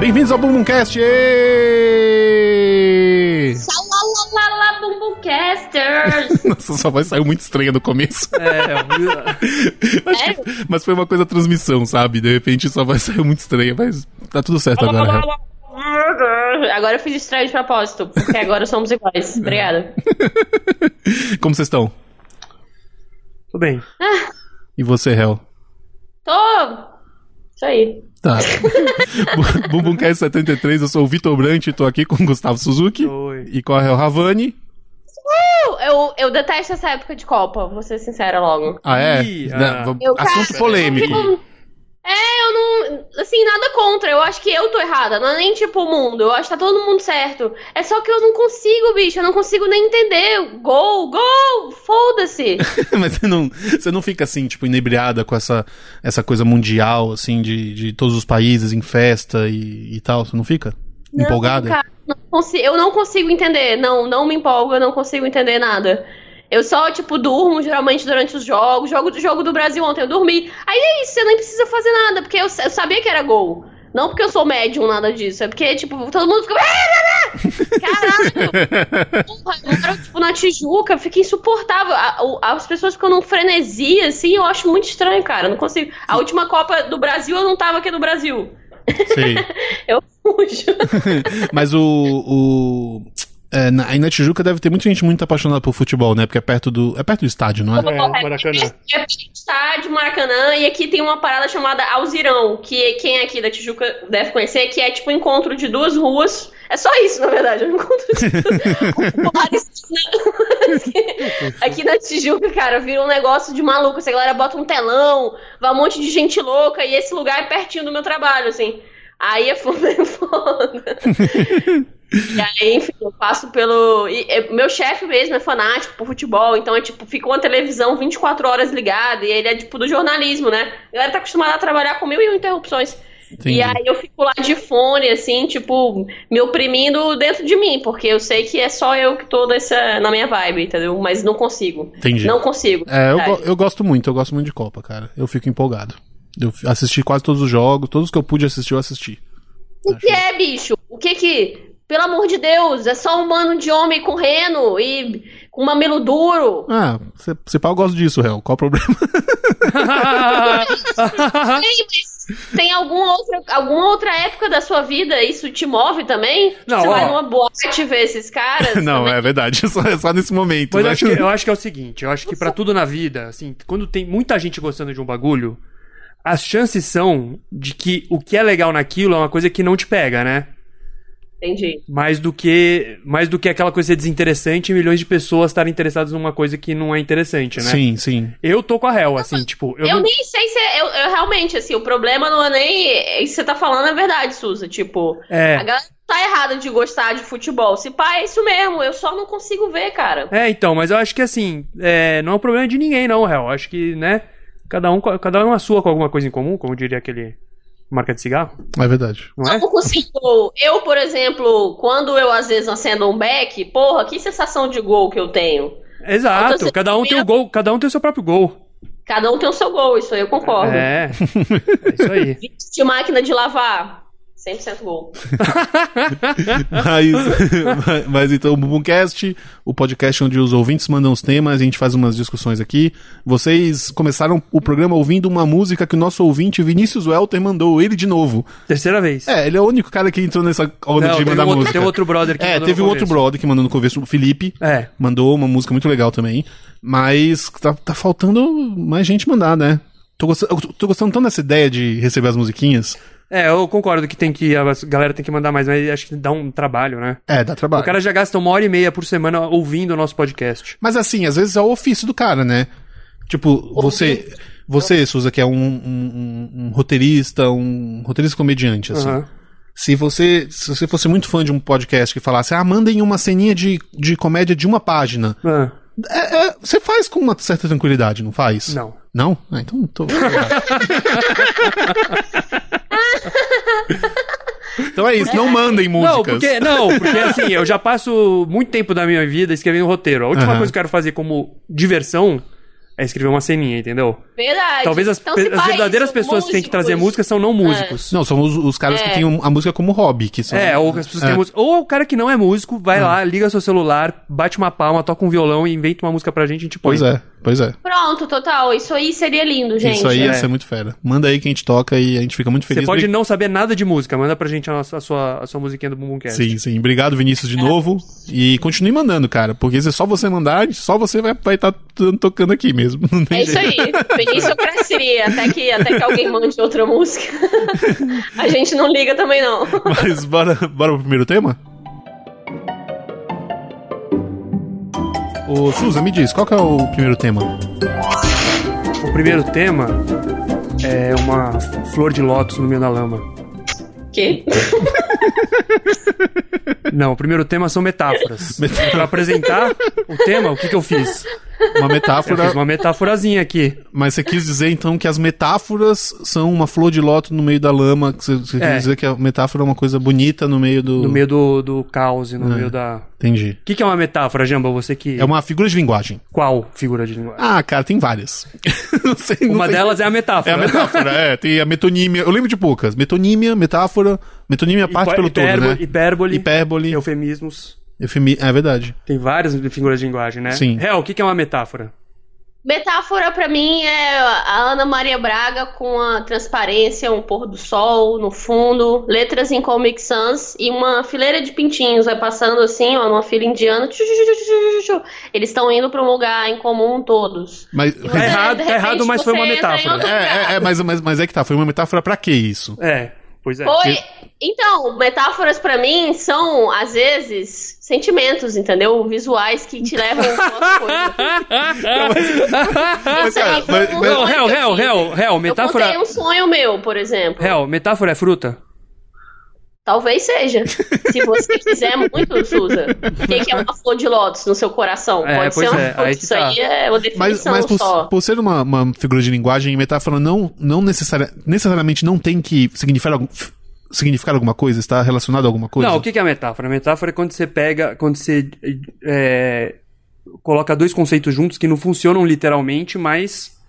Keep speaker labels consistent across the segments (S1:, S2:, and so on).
S1: Bem-vindos ao Bumbumcast! Ê!
S2: Xalalala Bumbumcasters!
S1: Nossa, sua voz saiu muito estranha no começo.
S3: É,
S1: Acho que- mas foi uma coisa da transmissão, sabe? De repente sua voz saiu muito estranha, mas tá tudo certo agora.
S2: Agora eu fiz estranho de propósito, porque agora somos iguais. Obrigada.
S1: Como vocês estão?
S3: tudo bem.
S1: E você, Hel?
S2: Tô! Isso aí.
S1: Tá. Bu- Bumbumcast 73, eu sou o Vitor Brant e tô aqui com o Gustavo Suzuki.
S3: Oi.
S1: E com a Hel Ravani.
S2: Eu, eu, eu detesto essa época de Copa, vou ser sincera logo.
S1: Ah, é?
S3: Ih,
S1: Né,
S3: ah.
S1: vamos-
S2: Eu, cara,
S1: Assunto polêmico.
S2: Tipo, é, eu não. Assim, nada contra. Eu acho que eu tô errada. Não é nem tipo o mundo. Eu acho que tá todo mundo certo. É só que eu não consigo, bicho. Eu não consigo nem entender. Gol, gol! Foda-se!
S1: Mas você não, você não fica assim, tipo, inebriada com essa, essa coisa mundial, assim, de, de todos os países em festa e, e tal? Você não fica?
S2: Não,
S1: Empolgada?
S2: cara, não consi- eu não consigo entender. Não, não me empolga, eu não consigo entender nada. Eu só, tipo, durmo geralmente durante os jogos. Jogo do jogo do Brasil ontem, eu dormi. Aí é isso, você nem precisa fazer nada, porque eu, sa- eu sabia que era gol. Não porque eu sou médium, nada disso. É porque, tipo, todo mundo fica. Caralho! Porra, agora, tipo, na Tijuca, fica insuportável. A- o- As pessoas ficam num frenesi, assim, eu acho muito estranho, cara. Eu Não consigo. A última Copa do Brasil, eu não tava aqui no Brasil.
S1: Sei.
S2: Eu fujo.
S1: Mas o. o é, na, aí na Tijuca deve ter muita gente muito apaixonada por futebol, né? Porque é perto do. É perto do estádio, não é?
S3: É, Maracanã.
S2: É estádio Maracanã e aqui tem uma parada chamada Alzirão, que quem é aqui da Tijuca deve conhecer, que é tipo um encontro de duas ruas. É só isso, na verdade, é um encontro de duas ruas. Aqui na Tijuca, cara, vira um negócio de maluco. Essa galera bota um telão, vai um monte de gente louca e esse lugar é pertinho do meu trabalho, assim. Aí é foda, é foda. E aí, enfim, eu passo pelo. e, é, meu chefe mesmo é fanático por futebol, então é tipo, fica uma televisão 24 horas ligada, e ele é tipo do jornalismo, né? A galera tá acostumada a trabalhar com mil e um interrupções.
S1: Entendi.
S2: E aí eu fico lá de fone, assim, tipo, me oprimindo dentro de mim, porque eu sei que é só eu que tô nessa, na minha vibe, entendeu? Mas não consigo.
S1: Entendi.
S2: Não consigo.
S1: É, eu,
S2: Tá.
S1: go- eu gosto muito, eu gosto muito de Copa, cara. Eu fico empolgado. Eu f- assisti quase todos os jogos, todos que eu pude assistir, eu assisti.
S2: O que é, bicho? O que que. Pelo amor de Deus, é só um mano de homem correndo e com mamilo duro.
S1: Ah, se, se pá, eu gosto disso, réu. Qual o problema?
S2: Sim, mas tem algum outro, alguma outra época da sua vida isso te move também?
S3: Não,
S2: Você vai
S3: ó.
S2: numa boate ver esses caras?
S1: Não,
S2: também?
S1: é verdade. É só, é só nesse momento.
S3: Mas eu
S1: né?
S3: acho, que, eu acho que é o seguinte, eu acho que pra tudo na vida, assim, quando tem muita gente gostando de um bagulho, as chances são de que o que é legal naquilo é uma coisa que não te pega, né?
S2: Entendi.
S3: Mais do que mais do que aquela coisa ser desinteressante e milhões de pessoas estarem interessadas numa coisa que não é interessante, né?
S1: Sim, sim.
S3: Eu tô com a réu, assim, tipo, eu,
S2: Eu,
S3: não-
S2: nem sei se é, eu, eu realmente, assim, o problema não é nem. Isso que você tá falando é verdade, Suza. Tipo,
S3: é,
S2: a galera tá errada de gostar de futebol. Se pá, é isso mesmo. Eu só não consigo ver, cara.
S3: É, então, mas eu acho que assim, é, não é um problema de ninguém, não, réu. Eu Acho que, né? Cada um, co- cada um a sua com alguma coisa em comum, como diria aquele marca de cigarro,
S1: É verdade.
S3: não é?
S2: Não consigo. Eu, por exemplo, quando eu às vezes acendo um back, porra, que sensação de gol que eu tenho.
S3: Exato,
S2: Então,
S3: cada um tem o gol, cada um tem o seu próprio gol.
S2: Cada um tem o seu gol, isso aí eu concordo.
S3: É. É isso aí.
S2: De máquina de lavar, 100% gol.
S1: Mas, mas então, o Bumbumcast, o podcast onde os ouvintes mandam os temas, a gente faz umas discussões aqui. Vocês começaram o programa ouvindo uma música que o nosso ouvinte Vinícius Welter mandou, ele de novo.
S3: Terceira vez.
S1: É, ele é o único cara que entrou nessa onda
S3: Não,
S1: de
S3: teve
S1: mandar
S3: outro,
S1: música.
S3: teve outro brother que
S1: é,
S3: mandou
S1: teve
S3: no
S1: um outro
S3: começo.
S1: brother que mandou no começo, o Felipe.
S3: É.
S1: Mandou uma música muito legal também. Mas tá, tá faltando mais gente mandar, né? Tô gostando, eu tô- tô gostando tanto dessa ideia de receber as musiquinhas.
S3: É, eu concordo que tem que a galera tem que mandar mais, mas acho que dá um trabalho, né?
S1: É, dá trabalho.
S3: O cara já gasta uma hora e meia por semana ouvindo o nosso podcast.
S1: Mas assim, às vezes é o ofício do cara, né? Tipo, você. Você, Suza, que é um, um- um- um roteirista, um roteirista comediante, assim.
S3: Aham.
S1: Se você se você fosse muito fã de um podcast que falasse, ah, mandem uma ceninha de, de comédia de uma página.
S3: Ah,
S1: É- é, você faz com uma certa tranquilidade, não faz?
S3: não.
S1: Não? Ah, então não tô. então é isso, não mandem músicas.
S3: Não, porque, não, porque assim, eu já passo muito tempo da minha vida escrevendo roteiro. A última
S1: Aham.
S3: coisa que eu quero fazer como diversão é escrever uma ceninha, entendeu?
S2: Verdade.
S3: Talvez as,
S2: Então,
S3: pe-
S2: se
S3: as
S2: faz
S3: verdadeiras
S2: com
S3: pessoas que têm que trazer
S2: músicos. É.
S3: música são não músicos.
S1: Não, são os, os caras que têm um, a música como hobby, que são.
S3: É, ou as pessoas que têm música. Ou o cara que não é músico, vai lá, liga seu celular, bate uma palma, toca um violão e inventa uma música pra gente, a gente põe.
S1: Pois é, pois é.
S2: Pronto, total. Isso aí seria lindo, gente.
S1: Isso aí ia
S3: é.
S1: ser muito fera. Manda aí que a gente toca e a gente fica muito feliz.
S3: Você pode não saber nada de música, manda pra gente a, nossa- a sua, a sua musiquinha do Bumbumcast.
S1: Sim, sim. Obrigado, Vinícius,
S3: É.
S1: de novo. E continue mandando, cara. Porque se só você mandar, só você vai estar vai tá t- tocando aqui mesmo. Não tem
S2: É isso
S1: jeito.
S2: aí. Vinícius eu cresceria até que, até que alguém mande outra música. A gente não liga também, não.
S1: Mas bora, bora pro primeiro tema? Ô, Suza, me diz, qual que é o primeiro tema?
S3: O primeiro tema é uma flor de lótus no meio da lama.
S2: Que?
S3: Não, o primeiro tema são metáforas. Pra apresentar o tema, o que, que eu fiz?
S1: Uma
S3: Eu fiz
S1: metáfora.
S3: uma metáforazinha aqui.
S1: Mas você quis dizer, então, que as metáforas são uma flor de loto no meio da lama. que Você, você
S3: É.
S1: quis dizer que a metáfora é uma coisa bonita no meio do.
S3: No meio do, do caos, e no meio da.
S1: Entendi.
S3: O que, que é uma metáfora, Jamba? Você que.
S1: É uma figura de linguagem.
S3: Qual figura de linguagem?
S1: Ah, cara, tem várias. não sei, não
S3: uma
S1: sei.
S3: delas é a
S1: É
S3: metáfora.
S1: a metáfora, é. Tem a metonímia. Eu lembro de poucas. Metonímia, metáfora. Metonímia
S3: Hipo-
S1: parte pelo
S3: hiperbo-
S1: todo, né?
S3: Hipérbole,
S1: Hipérbole.
S3: eufemismos.
S1: Eufemi... É verdade.
S3: Tem várias figuras de linguagem, né?
S1: Sim.
S3: É, o que, que é uma metáfora?
S2: Metáfora pra mim é a Ana Maria Braga com a transparência, um pôr do sol no fundo, letras em Comic Sans e uma fileira de pintinhos vai passando assim, ó, numa fila indiana. Tchu, tchu, tchu, tchu, tchu, tchu, tchu. Eles estão indo pra um lugar em comum todos.
S1: Mas.
S2: E você,
S3: É errado,
S2: de
S3: tá errado,
S2: repente,
S3: mas foi uma
S2: você entra em
S3: metáfora.
S2: outro lugar.
S1: É, é, é mas, mas, mas é que tá. Foi uma metáfora pra que isso?
S3: É, pois é.
S2: Foi. Então, metáforas pra mim são, às vezes, sentimentos, entendeu? Visuais que te levam a algumas coisas.
S1: Mas, cara,
S2: Isso
S1: mas-
S2: aí,
S1: mas-
S3: Não, réu, réu, réu, réu,
S2: Eu contei
S3: metáfora.
S2: um sonho meu, por exemplo.
S3: Réu, metáfora é fruta?
S2: Talvez seja. Se você quiser muito, Suza. O que que é uma flor de lótus no seu coração?
S3: É,
S2: Pode
S3: pois
S2: ser uma
S3: é,
S2: flor.
S3: aí que
S2: Isso
S3: tá.
S2: aí é uma
S1: Mas,
S2: definição
S1: mas por,
S2: só.
S1: por ser uma, uma figura de linguagem, metáfora não, não necessaria- necessariamente não tem que significar, algum- f- significar alguma coisa, está relacionado a alguma coisa.
S3: Não, o que que é a metáfora? A metáfora é quando você pega, quando você é, coloca dois conceitos juntos que não funcionam literalmente, mas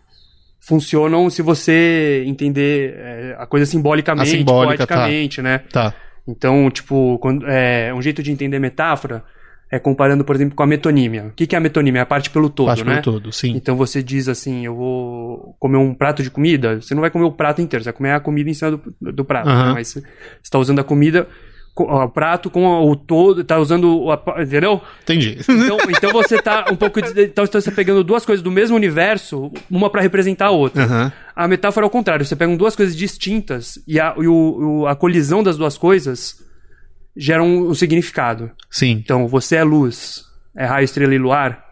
S3: funcionam se você entender é, a coisa simbolicamente,
S1: A simbólica, tá.
S3: poeticamente, né?
S1: Tá.
S3: Então, tipo, quando- é, um jeito de entender metáfora é comparando, por exemplo, com a metonímia. O que que é a metonímia? É a parte pelo todo,
S1: Parte
S3: né?
S1: pelo todo, sim.
S3: Então você diz assim, eu vou comer um prato de comida, você não vai comer o prato inteiro, você vai comer a comida em cima do, do prato,
S1: Aham.
S3: né? mas você está usando a comida, co- ó, o prato com o todo, está usando, a pa- entendeu?
S1: Entendi.
S3: Então, então você está um pouco, de- então você está pegando duas coisas do mesmo universo, uma para representar a outra.
S1: Aham.
S3: A metáfora é o contrário, você pega duas coisas distintas e a, e o- o- a colisão das duas coisas gera um- um significado.
S1: Sim.
S3: Então, você é luz, é raio, estrela e luar.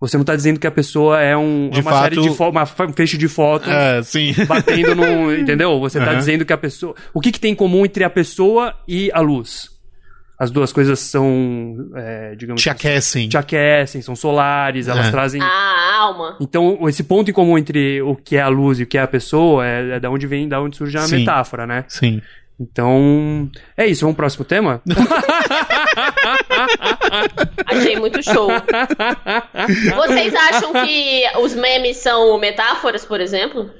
S3: Você não tá dizendo que a pessoa é um
S1: De
S3: é uma
S1: fato-
S3: série de fo- uma fa- um feixe de fotos
S1: É, sim.
S3: batendo num, entendeu? Você tá
S1: Aham.
S3: dizendo que a pessoa, o que que tem em comum entre a pessoa e a luz? As duas coisas são, é, digamos,
S1: Te aquecem.
S3: te aquecem, são solares, elas
S1: É.
S3: trazem
S2: Ah, A alma.
S3: então, esse ponto em comum entre o que é a luz e o que é a pessoa é, é da onde vem, da onde surge a
S1: Sim.
S3: metáfora, né?
S1: Sim.
S3: Então, é isso. Vamos pro próximo tema?
S2: Achei muito show. Vocês acham que os memes são metáforas, por exemplo?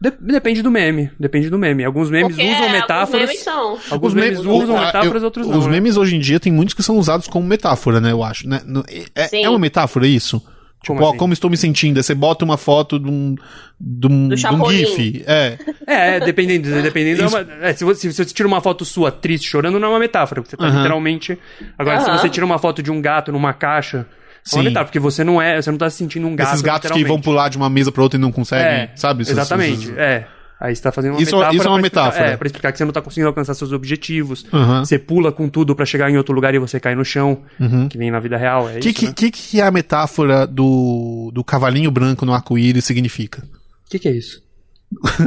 S3: De- depende do meme, depende do meme. Alguns memes
S2: Porque
S3: usam
S2: os
S3: metáforas.
S2: é, memes são.
S3: Alguns memes
S1: o-
S3: usam
S1: a-
S3: metáforas,
S1: Ah, eu-
S3: outros
S1: Os
S3: não. né?
S1: memes hoje em dia tem muitos que são usados como metáfora, né? Eu acho. Né? No- é- É,
S2: Sim.
S1: uma metáfora isso? Tipo,
S3: Como
S1: ó,
S3: assim?
S1: como estou me sentindo? Aí você bota uma foto de um, de um, de
S2: Do
S1: um
S2: Chapolin.
S1: GIF. É.
S3: É, é, dependendo. dependendo é uma- é, se, você, se você tira uma foto sua triste chorando, não é uma metáfora. Porque você tá
S1: Aham.
S3: literalmente. Agora, se
S2: Aham.
S3: você tira uma foto de um gato numa caixa, é
S1: Sim.
S3: uma metáfora, porque você não é. Você não tá se sentindo um gato.
S1: Esses gatos que
S3: literalmente.
S1: vão pular de uma mesa pra outra e não conseguem,
S3: É,
S1: sabe? Essas-
S3: Exatamente,
S1: essas-
S3: é. Aí você tá fazendo uma
S1: Isso é-
S3: metáfora.
S1: isso é uma
S3: pra explicar-
S1: metáfora.
S3: é, pra explicar que você não tá conseguindo alcançar seus objetivos.
S1: Aham.
S3: Você pula com tudo pra chegar em outro lugar e você cai no chão, que vem na vida real. É
S1: O Uhum. que,
S3: isso,
S1: que,
S3: né?
S1: que, que a metáfora do, do cavalinho branco no arco-íris significa?
S3: Que que é isso?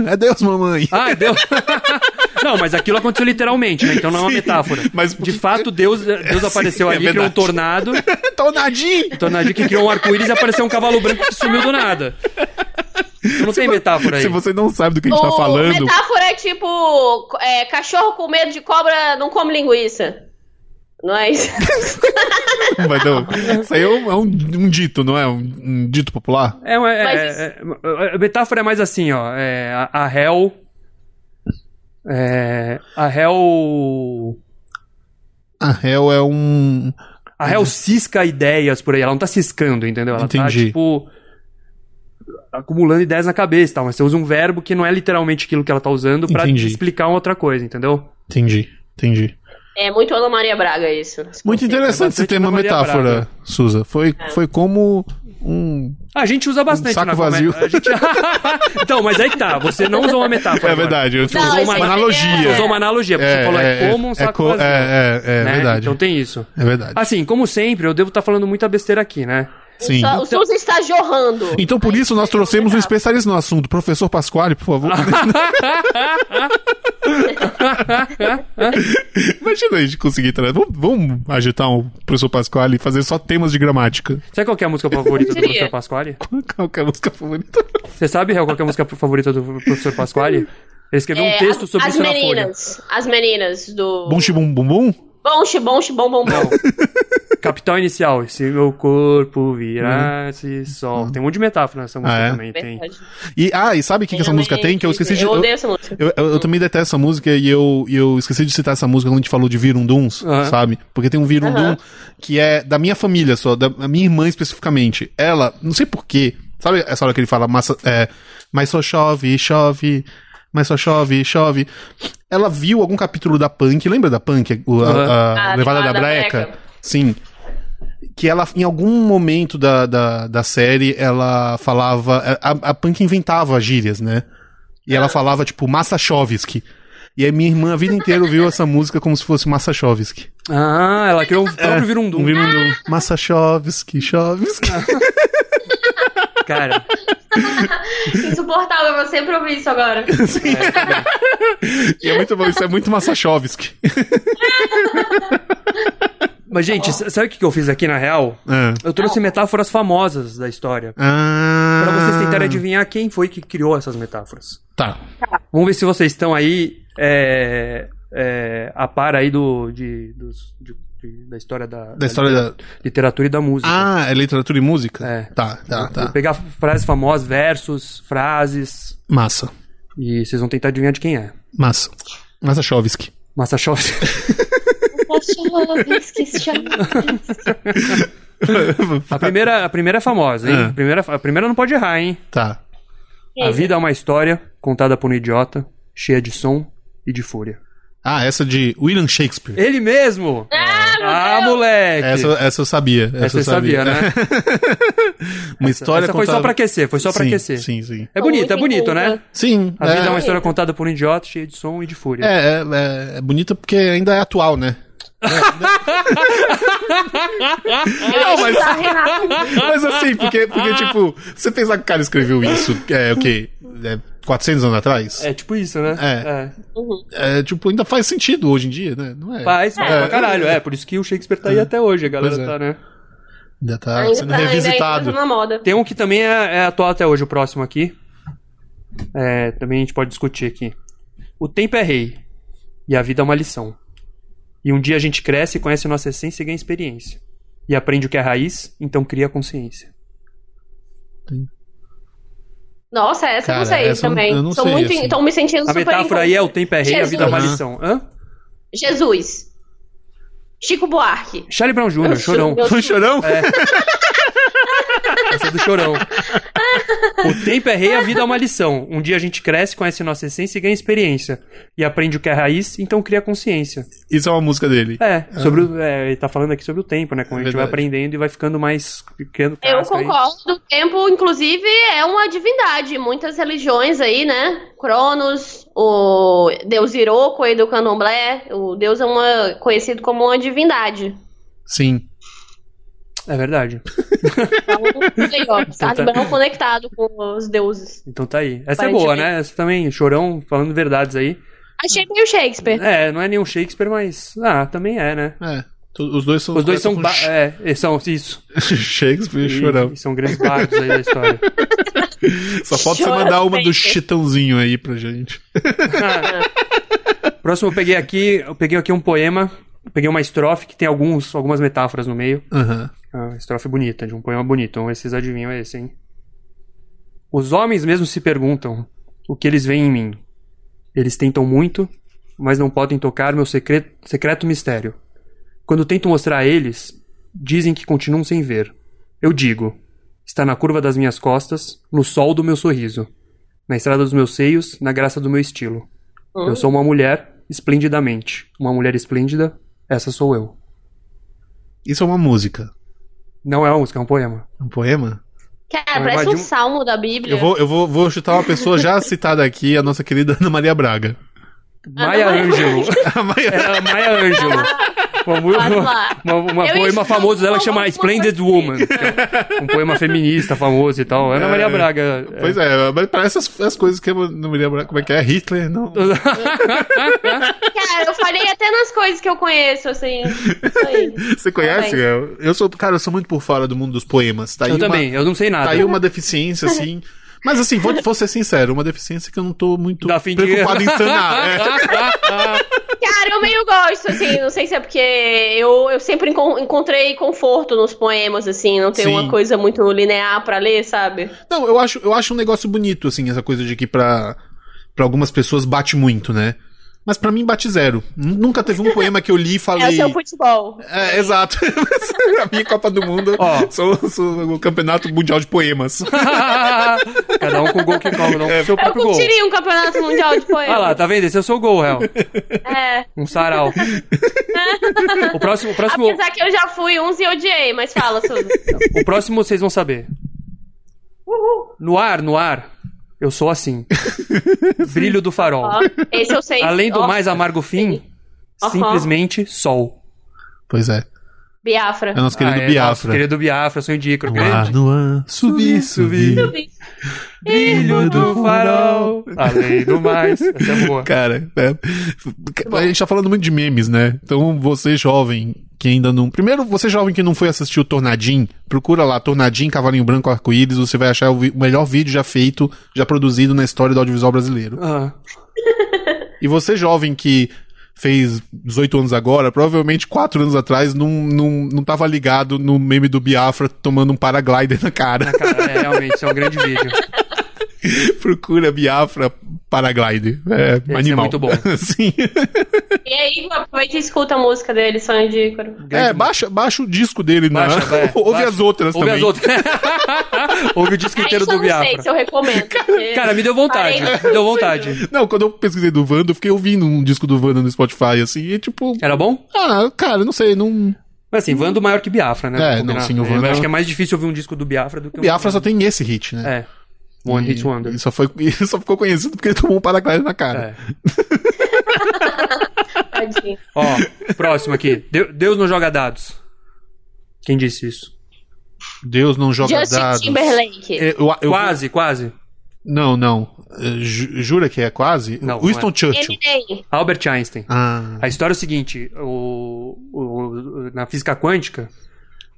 S1: é Deus, mamãe.
S3: Ah, Deus. não, mas aquilo aconteceu literalmente, né? Então não é uma
S1: Sim,
S3: metáfora.
S1: mas por
S3: de
S1: que-
S3: fato Deus, eh, Deus apareceu
S1: é
S3: ali, criou um
S1: verdade.
S3: tornado,
S1: É Tornadinho!
S3: tornadinho que criou um arco-íris e apareceu um cavalo branco que sumiu do nada. Então não tem metáfora aí.
S1: Se você não sabe do que a gente tá
S3: Oh,
S2: Ou
S1: falando,
S2: metáfora é tipo é, cachorro com medo de cobra não come linguiça. Não é isso?
S1: Mas não, isso aí é um, é um- um dito, não é? Um, um dito popular?
S3: É, uma- é-
S2: Mas-
S3: é- é- a metáfora é mais assim, ó. é, a, a Hel. é, a Hel.
S1: A réu é um.
S3: A Hel cisca ideias por aí. Ela não tá ciscando, entendeu? Ela tá,
S1: Entendi.
S3: tipo. Acumulando ideias na cabeça e tal. Mas você usa um verbo que não é literalmente aquilo que ela tá usando pra
S1: Entendi.
S3: explicar uma outra coisa, entendeu?
S1: Entendi, entendi.
S2: É muito Ana Maria Braga isso.
S1: Muito interessante você
S3: bastante
S1: ter uma
S3: da Maria
S1: metáfora,
S3: Braga.
S1: Suza. Foi, foi como um.
S3: A gente usa bastante
S1: saco
S3: na
S1: vazio.
S3: comédia. A gente... então, mas aí que tá. Você não usou uma metáfora.
S1: É
S3: agora.
S1: verdade, eu tipo,
S2: Não,
S1: usou
S2: isso
S1: uma
S2: aí é-
S1: analogia.
S3: Você usou uma analogia, porque você falou é, como um saco
S1: co-
S3: vazio.
S1: É, é, é
S3: né?
S1: verdade.
S3: Então tem isso.
S1: É verdade.
S3: Assim, como sempre, eu devo estar falando muita besteira aqui, né?
S1: Sim.
S2: Só- o Souza está jorrando.
S1: Então por isso nós trouxemos um especialista no assunto. Professor Pasquale, por favor. Imagina a gente conseguir trazer. Vamos, vamos agitar um professor Pasquale e fazer só temas de gramática.
S3: Sabe qual que é a música favorita do
S2: Seria.
S3: professor Pasquale?
S1: Qual que é a música favorita?
S3: Você sabe, Real, qual que é a música favorita do professor Pasquale? Ele escreveu
S2: É,
S3: um texto
S2: as-
S3: sobre
S2: as
S3: isso na Folha.
S2: meninas. As meninas do.
S1: Bum chibum bum bum?
S2: Bom, xi, bom, xi, bom, bom, bom.
S3: Capital inicial, se meu corpo virasse sol. Tem um monte de metáfora nessa música
S1: Uhum. Ah, é?
S3: também. Tem.
S2: Verdade.
S1: E, ah, e sabe o que, que essa música tem?
S3: é
S1: Que eu esqueci de.
S2: Eu
S1: Eu,
S2: odeio essa música.
S1: eu, eu- eu também detesto essa música e eu, e eu esqueci de citar essa música quando a gente falou de Virunduns,
S3: Aham.
S1: sabe? Porque tem um Virundum
S2: Aham.
S1: que é da minha família só, da da minha irmã especificamente. Ela, não sei porquê, sabe essa hora que ele fala, massa, é, mas só chove, chove, mas só chove, chove. Ela viu algum capítulo da Punk, lembra da Punk? O- a- a
S3: Aham.
S2: Ah,
S1: Levada da
S2: Levada
S1: Breca?
S2: Breca.
S1: Sim. Que ela, em algum momento da, da, da série, ela falava. é, A, a Punk inventava gírias, né? E ela falava, tipo, Massachovski. E aí minha irmã a vida inteira ouviu essa música como se fosse Massachovski.
S3: Ah, ela criou o próprio
S1: Um
S3: Virundum.
S1: virundum. Massachovski, Chovski.
S3: Ah, Cara,
S2: Insuportável, eu sempre ouvi isso agora.
S1: E é muito bom, isso é muito Massachovski.
S3: mas gente, s- sabe o que que eu fiz aqui na real?
S1: É.
S3: Eu trouxe metáforas famosas da história.
S1: Ah,
S3: Pra vocês tentarem adivinhar quem foi que criou essas metáforas.
S1: Tá.
S3: Vamos ver se vocês estão aí é, é, a par aí do, de, dos- de- de- da história da,
S1: Da história da.
S3: literatura e da música.
S1: Ah, é literatura e música?
S3: É.
S1: Tá, tá,
S3: Vou
S1: tá.
S3: pegar frases famosas, versos, frases,
S1: Massa.
S3: e vocês vão tentar adivinhar de quem é.
S1: Massa. Massachovski.
S3: Massachov. A primeira, a primeira é famosa, hein?
S1: É.
S3: A, primeira, a primeira não pode errar, hein?
S1: tá.
S2: É.
S3: A vida é uma história contada por um idiota, cheia de som e de fúria.
S1: Ah, essa de William Shakespeare.
S3: Ele mesmo! Ah, moleque!
S1: Essa, é essa eu sabia. Essa,
S3: Essa
S1: eu
S3: eu
S1: sabia,
S3: sabia, né?
S1: Uma história
S3: Essa foi
S1: contada-
S3: só pra aquecer, foi só pra
S1: sim,
S3: aquecer.
S1: Sim, sim.
S3: É bonito, é
S2: Muito
S3: bonito,
S2: boa.
S3: né?
S1: Sim,
S3: A
S1: é,
S3: vida é uma história contada por um idiota, cheia de som e de fúria.
S1: é, é, é bonita porque ainda é atual, né?
S2: Não, mas... Renato,
S1: Mas assim, porque, porque tipo, você pensar que o cara escreveu isso, é o quê? É, 400 anos atrás? É.
S3: É tipo isso, né?
S1: É. tipo, ainda faz sentido hoje em dia, né? Não é?
S3: Faz, faz
S1: É.
S3: pra caralho. É, por isso que o Shakespeare tá aí até hoje, a galera
S1: Pois é.
S3: tá, né?
S1: Ainda tá
S2: ainda
S1: sendo
S2: tá- ainda é
S1: revisitado.
S2: coisa na moda.
S3: Tem um que também é, é atual até hoje, o próximo aqui. É, também a gente pode discutir aqui. O tempo é rei. E a vida é uma lição. E um dia a gente cresce, conhece nossa essência e ganha experiência. E aprende o que é raiz, então cria consciência.
S2: Nossa, essa eu não
S1: Cara,
S2: sei
S1: essa eu não-
S2: também.
S1: eu não
S2: Tô
S1: sei,
S2: muito,
S1: assim.
S2: Tô me sentindo
S3: A
S2: super
S3: metáfora aí é o
S2: incômoda.
S3: tempo é rei, a vida é uma
S1: Jesus.
S3: lição. Hã?
S2: Jesus. Chico Buarque.
S3: Charlie Brown Jr., chorão.
S2: Meu
S1: Foi um chorão?
S3: É. Essa do chorão. O tempo é rei, a vida é uma lição. Um dia a gente cresce, conhece nossa essência e ganha experiência. E aprende o que é raiz, então cria consciência.
S1: Isso é uma música dele.
S3: É, sobre o, é, ele tá falando aqui sobre o tempo, né? Como
S1: É
S3: a gente vai
S1: verdade.
S3: aprendendo e vai ficando mais. criando
S2: Eu
S3: casca aí.
S2: concordo. O tempo, inclusive, é uma divindade. Muitas religiões aí, né? Cronos, o deus Iroko aí do candomblé. O deus é uma, conhecido como uma divindade.
S1: Sim.
S3: É verdade.
S2: Então, aí, ó,
S3: tá.
S2: Sabe, bem conectado com os deuses.
S3: Então tá aí. Essa é boa, né? Essa também, chorão, falando verdades aí.
S2: Achei meio Shakespeare.
S3: É, não é nenhum Shakespeare, mas. Ah, também é, né?
S1: É. Tu- Os dois são.
S3: Os dois são.
S1: com
S3: ba-
S1: Sh-
S3: É, eles são isso.
S1: Shakespeare e
S3: E-
S1: chorão.
S3: e são grandes bardos aí da história.
S1: Só falta você
S2: Chorão
S1: mandar uma do
S2: Shakespeare.
S1: Chitãozinho aí pra gente.
S3: Próximo eu peguei aqui, eu peguei aqui um poema peguei uma estrofe que tem alguns, algumas metáforas no meio.
S1: Aham.
S3: Ah, estrofe bonita, de um poema bonito. Vamos ver se vocês adivinham esse, hein? Os homens mesmo se perguntam o que eles veem em mim. Eles tentam muito, mas não podem tocar meu secreto, secreto mistério. Quando tento mostrar a eles, dizem que continuam sem ver. Eu digo: está na curva das minhas costas, no sol do meu sorriso, na estrada dos meus seios, na graça do meu estilo. Eu sou uma mulher esplendidamente. Uma mulher esplêndida, essa sou eu.
S1: Isso é uma música.
S3: Não é uma música, é um poema.
S1: Um poema?
S2: Cara,
S3: Vai
S2: parece
S3: invadir
S2: um
S3: um-
S2: salmo da Bíblia.
S1: Eu vou, eu vou, vou chutar uma pessoa já citada aqui, a nossa querida Ana Maria Braga.
S3: Maya
S2: não é.
S3: Angelou.
S1: A Maria-
S3: Era Maya Angelou. Uma, mu-
S2: Vai
S3: uma,
S2: lá.
S3: uma, uma
S2: Eu
S3: poema
S2: estou
S3: famoso dela que
S2: com
S3: chama
S2: uma assim.
S3: Splendid
S2: coisa
S3: Woman. Um poema feminista famoso e tal. Ana Maria Braga.
S1: É. Pois é, mas parece as, as coisas que eu não me lembro como é que é. Hitler, não.
S2: Cara, eu falei até nas coisas que eu conheço, assim. Isso aí.
S1: Você conhece? Eu, eu sou, cara, eu sou muito por fora do mundo dos poemas. Tá aí
S3: Eu
S1: uma-
S3: também, eu não sei
S1: Tá
S3: nada.
S1: aí uma deficiência, assim. Mas assim, vou, vou ser sincero, uma deficiência que eu não tô muito
S3: Dá fim de-
S1: preocupado em sanar. é.
S2: Cara, eu meio gosto, assim, não sei se é porque eu, eu sempre encon- encontrei conforto nos poemas, assim, não tem
S1: Sim.
S2: uma coisa muito linear pra ler, sabe?
S1: Não, eu acho, eu acho um negócio bonito, assim, essa coisa de que pra, pra algumas pessoas bate muito, né? Mas pra mim bate zero. N- Nunca teve um poema que eu li e
S2: É o
S1: falei.
S2: seu futebol.
S1: É, exato. a minha Copa do Mundo
S3: Ó.
S1: sou, sou o campeonato mundial de poemas.
S3: Cada um com o gol que cada um com o seu
S2: Eu
S3: próprio gol.
S2: curtiria um campeonato mundial de poemas.
S3: Ah lá, tá vendo? Esse é o seu gol, Hel.
S2: É.
S3: Um sarau. O próximo, o próximo,
S2: Apesar que eu já fui uns e odiei, mas fala, Suzy.
S3: o próximo vocês vão saber.
S2: Uhul.
S3: No ar, no ar, eu sou assim. Brilho do farol.
S2: Ó, esse eu sei.
S3: Além do
S2: Ó,
S3: mais amargo fim,
S2: Aham.
S3: simplesmente sol.
S1: Pois é.
S2: Biafra.
S1: É nosso querido
S3: Ah, é, nosso
S1: Biafra.
S3: querido Biafra, sonho de Ícaro.
S1: No ar,
S3: Grande
S1: no ar, subir,
S3: Subir,
S1: subir.
S3: brilho do farol. Além do mais. Essa é boa.
S1: Cara, é. a gente tá falando muito de memes, né? Então você jovem que ainda não. Primeiro, você jovem que não foi assistir o Tornadim, procura lá Tornadim, Cavalinho Branco, Arco-Íris, você vai achar o, vi- o melhor vídeo já feito, já produzido na história do audiovisual brasileiro.
S3: Ah,
S1: E você jovem que fez 18 anos agora, provavelmente 4 anos atrás não, não, não tava ligado no meme do Biafra tomando um paraglider na cara.
S3: cara, é, realmente, isso é um grande vídeo.
S1: procura Biafra paraglider. É,
S3: é
S1: animal.
S3: muito bom.
S1: Sim.
S2: E aí, aproveita e escuta a música dele, Sonho de Ícaro.
S1: É, baixa, baixa o disco dele, na-
S3: Baixa, vai,
S1: Ouve
S3: baixa.
S1: as outras
S3: Ouve
S1: também.
S3: as outras. Ouve o disco
S2: Ah,
S3: inteiro
S2: isso eu
S3: do
S2: não sei
S3: Biafra.
S2: se eu recomendo. porque-
S3: Cara, me deu vontade.
S2: Parei.
S3: Me deu vontade.
S1: Não, quando eu pesquisei do Wanda, eu fiquei ouvindo um disco do Wanda no Spotify, assim, e tipo.
S3: Era bom?
S1: Ah, cara, não sei, não.
S3: Mas assim, Vando maior que Biafra, né?
S1: É,
S3: Vamos
S1: não,
S3: combinar.
S1: sim, o
S3: É,
S1: Vando-
S3: Eu acho que é mais difícil ouvir um disco do Biafra do que um.
S1: Biafra só tem esse hit, né?
S3: É. One Hit Wonder.
S1: Ele só, foi, ele só ficou conhecido porque ele tomou um paraglider na cara.
S3: É.
S2: Tadinho.
S3: Ó, próximo aqui. De- Deus não joga dados. Quem disse isso?
S1: Deus não joga
S2: Justin
S1: dados.
S2: Timberlake.
S1: É, eu- eu-
S3: Quase, quase.
S1: Não, não. É, ju- Jura que é quase?
S3: Não,
S1: Winston
S3: não é.
S1: Churchill.
S2: Eminem.
S3: Albert Einstein.
S1: Ah.
S3: A história é o seguinte: o, o- na física quântica,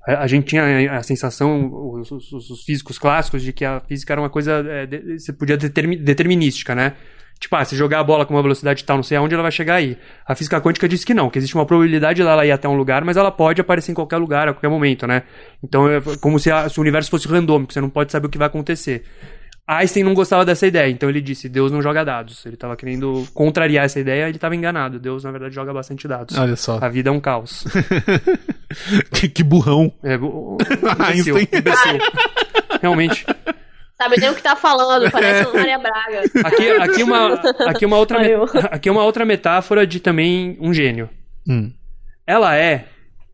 S3: a, a gente tinha a sensação, os, os- os físicos clássicos, de que a física era uma coisa. é, de- você podia determi- determinística, né? Tipo, ah, se jogar a bola com uma velocidade tal, não sei aonde, ela vai chegar aí. A física quântica diz que não, que existe uma probabilidade dela ir até um lugar, mas ela pode aparecer em qualquer lugar, a qualquer momento, né? Então é como se, a- se o universo fosse randômico, você não pode saber o que vai acontecer. Einstein não gostava dessa ideia, então ele disse: Deus não joga dados. Ele estava querendo contrariar essa ideia, ele estava enganado. Deus, na verdade, joga bastante dados.
S1: Olha só.
S3: A vida é um caos.
S1: que, que burrão.
S3: É, o- o- imbecil,
S1: Einstein.
S3: imbecil. Realmente.
S2: Sabe nem o que tá falando, parece uma Maria Braga.
S3: Aqui, aqui, uma, aqui, uma outra,
S2: Valeu.
S3: met- aqui uma outra metáfora de também um gênio.
S1: Hum.
S3: Ela é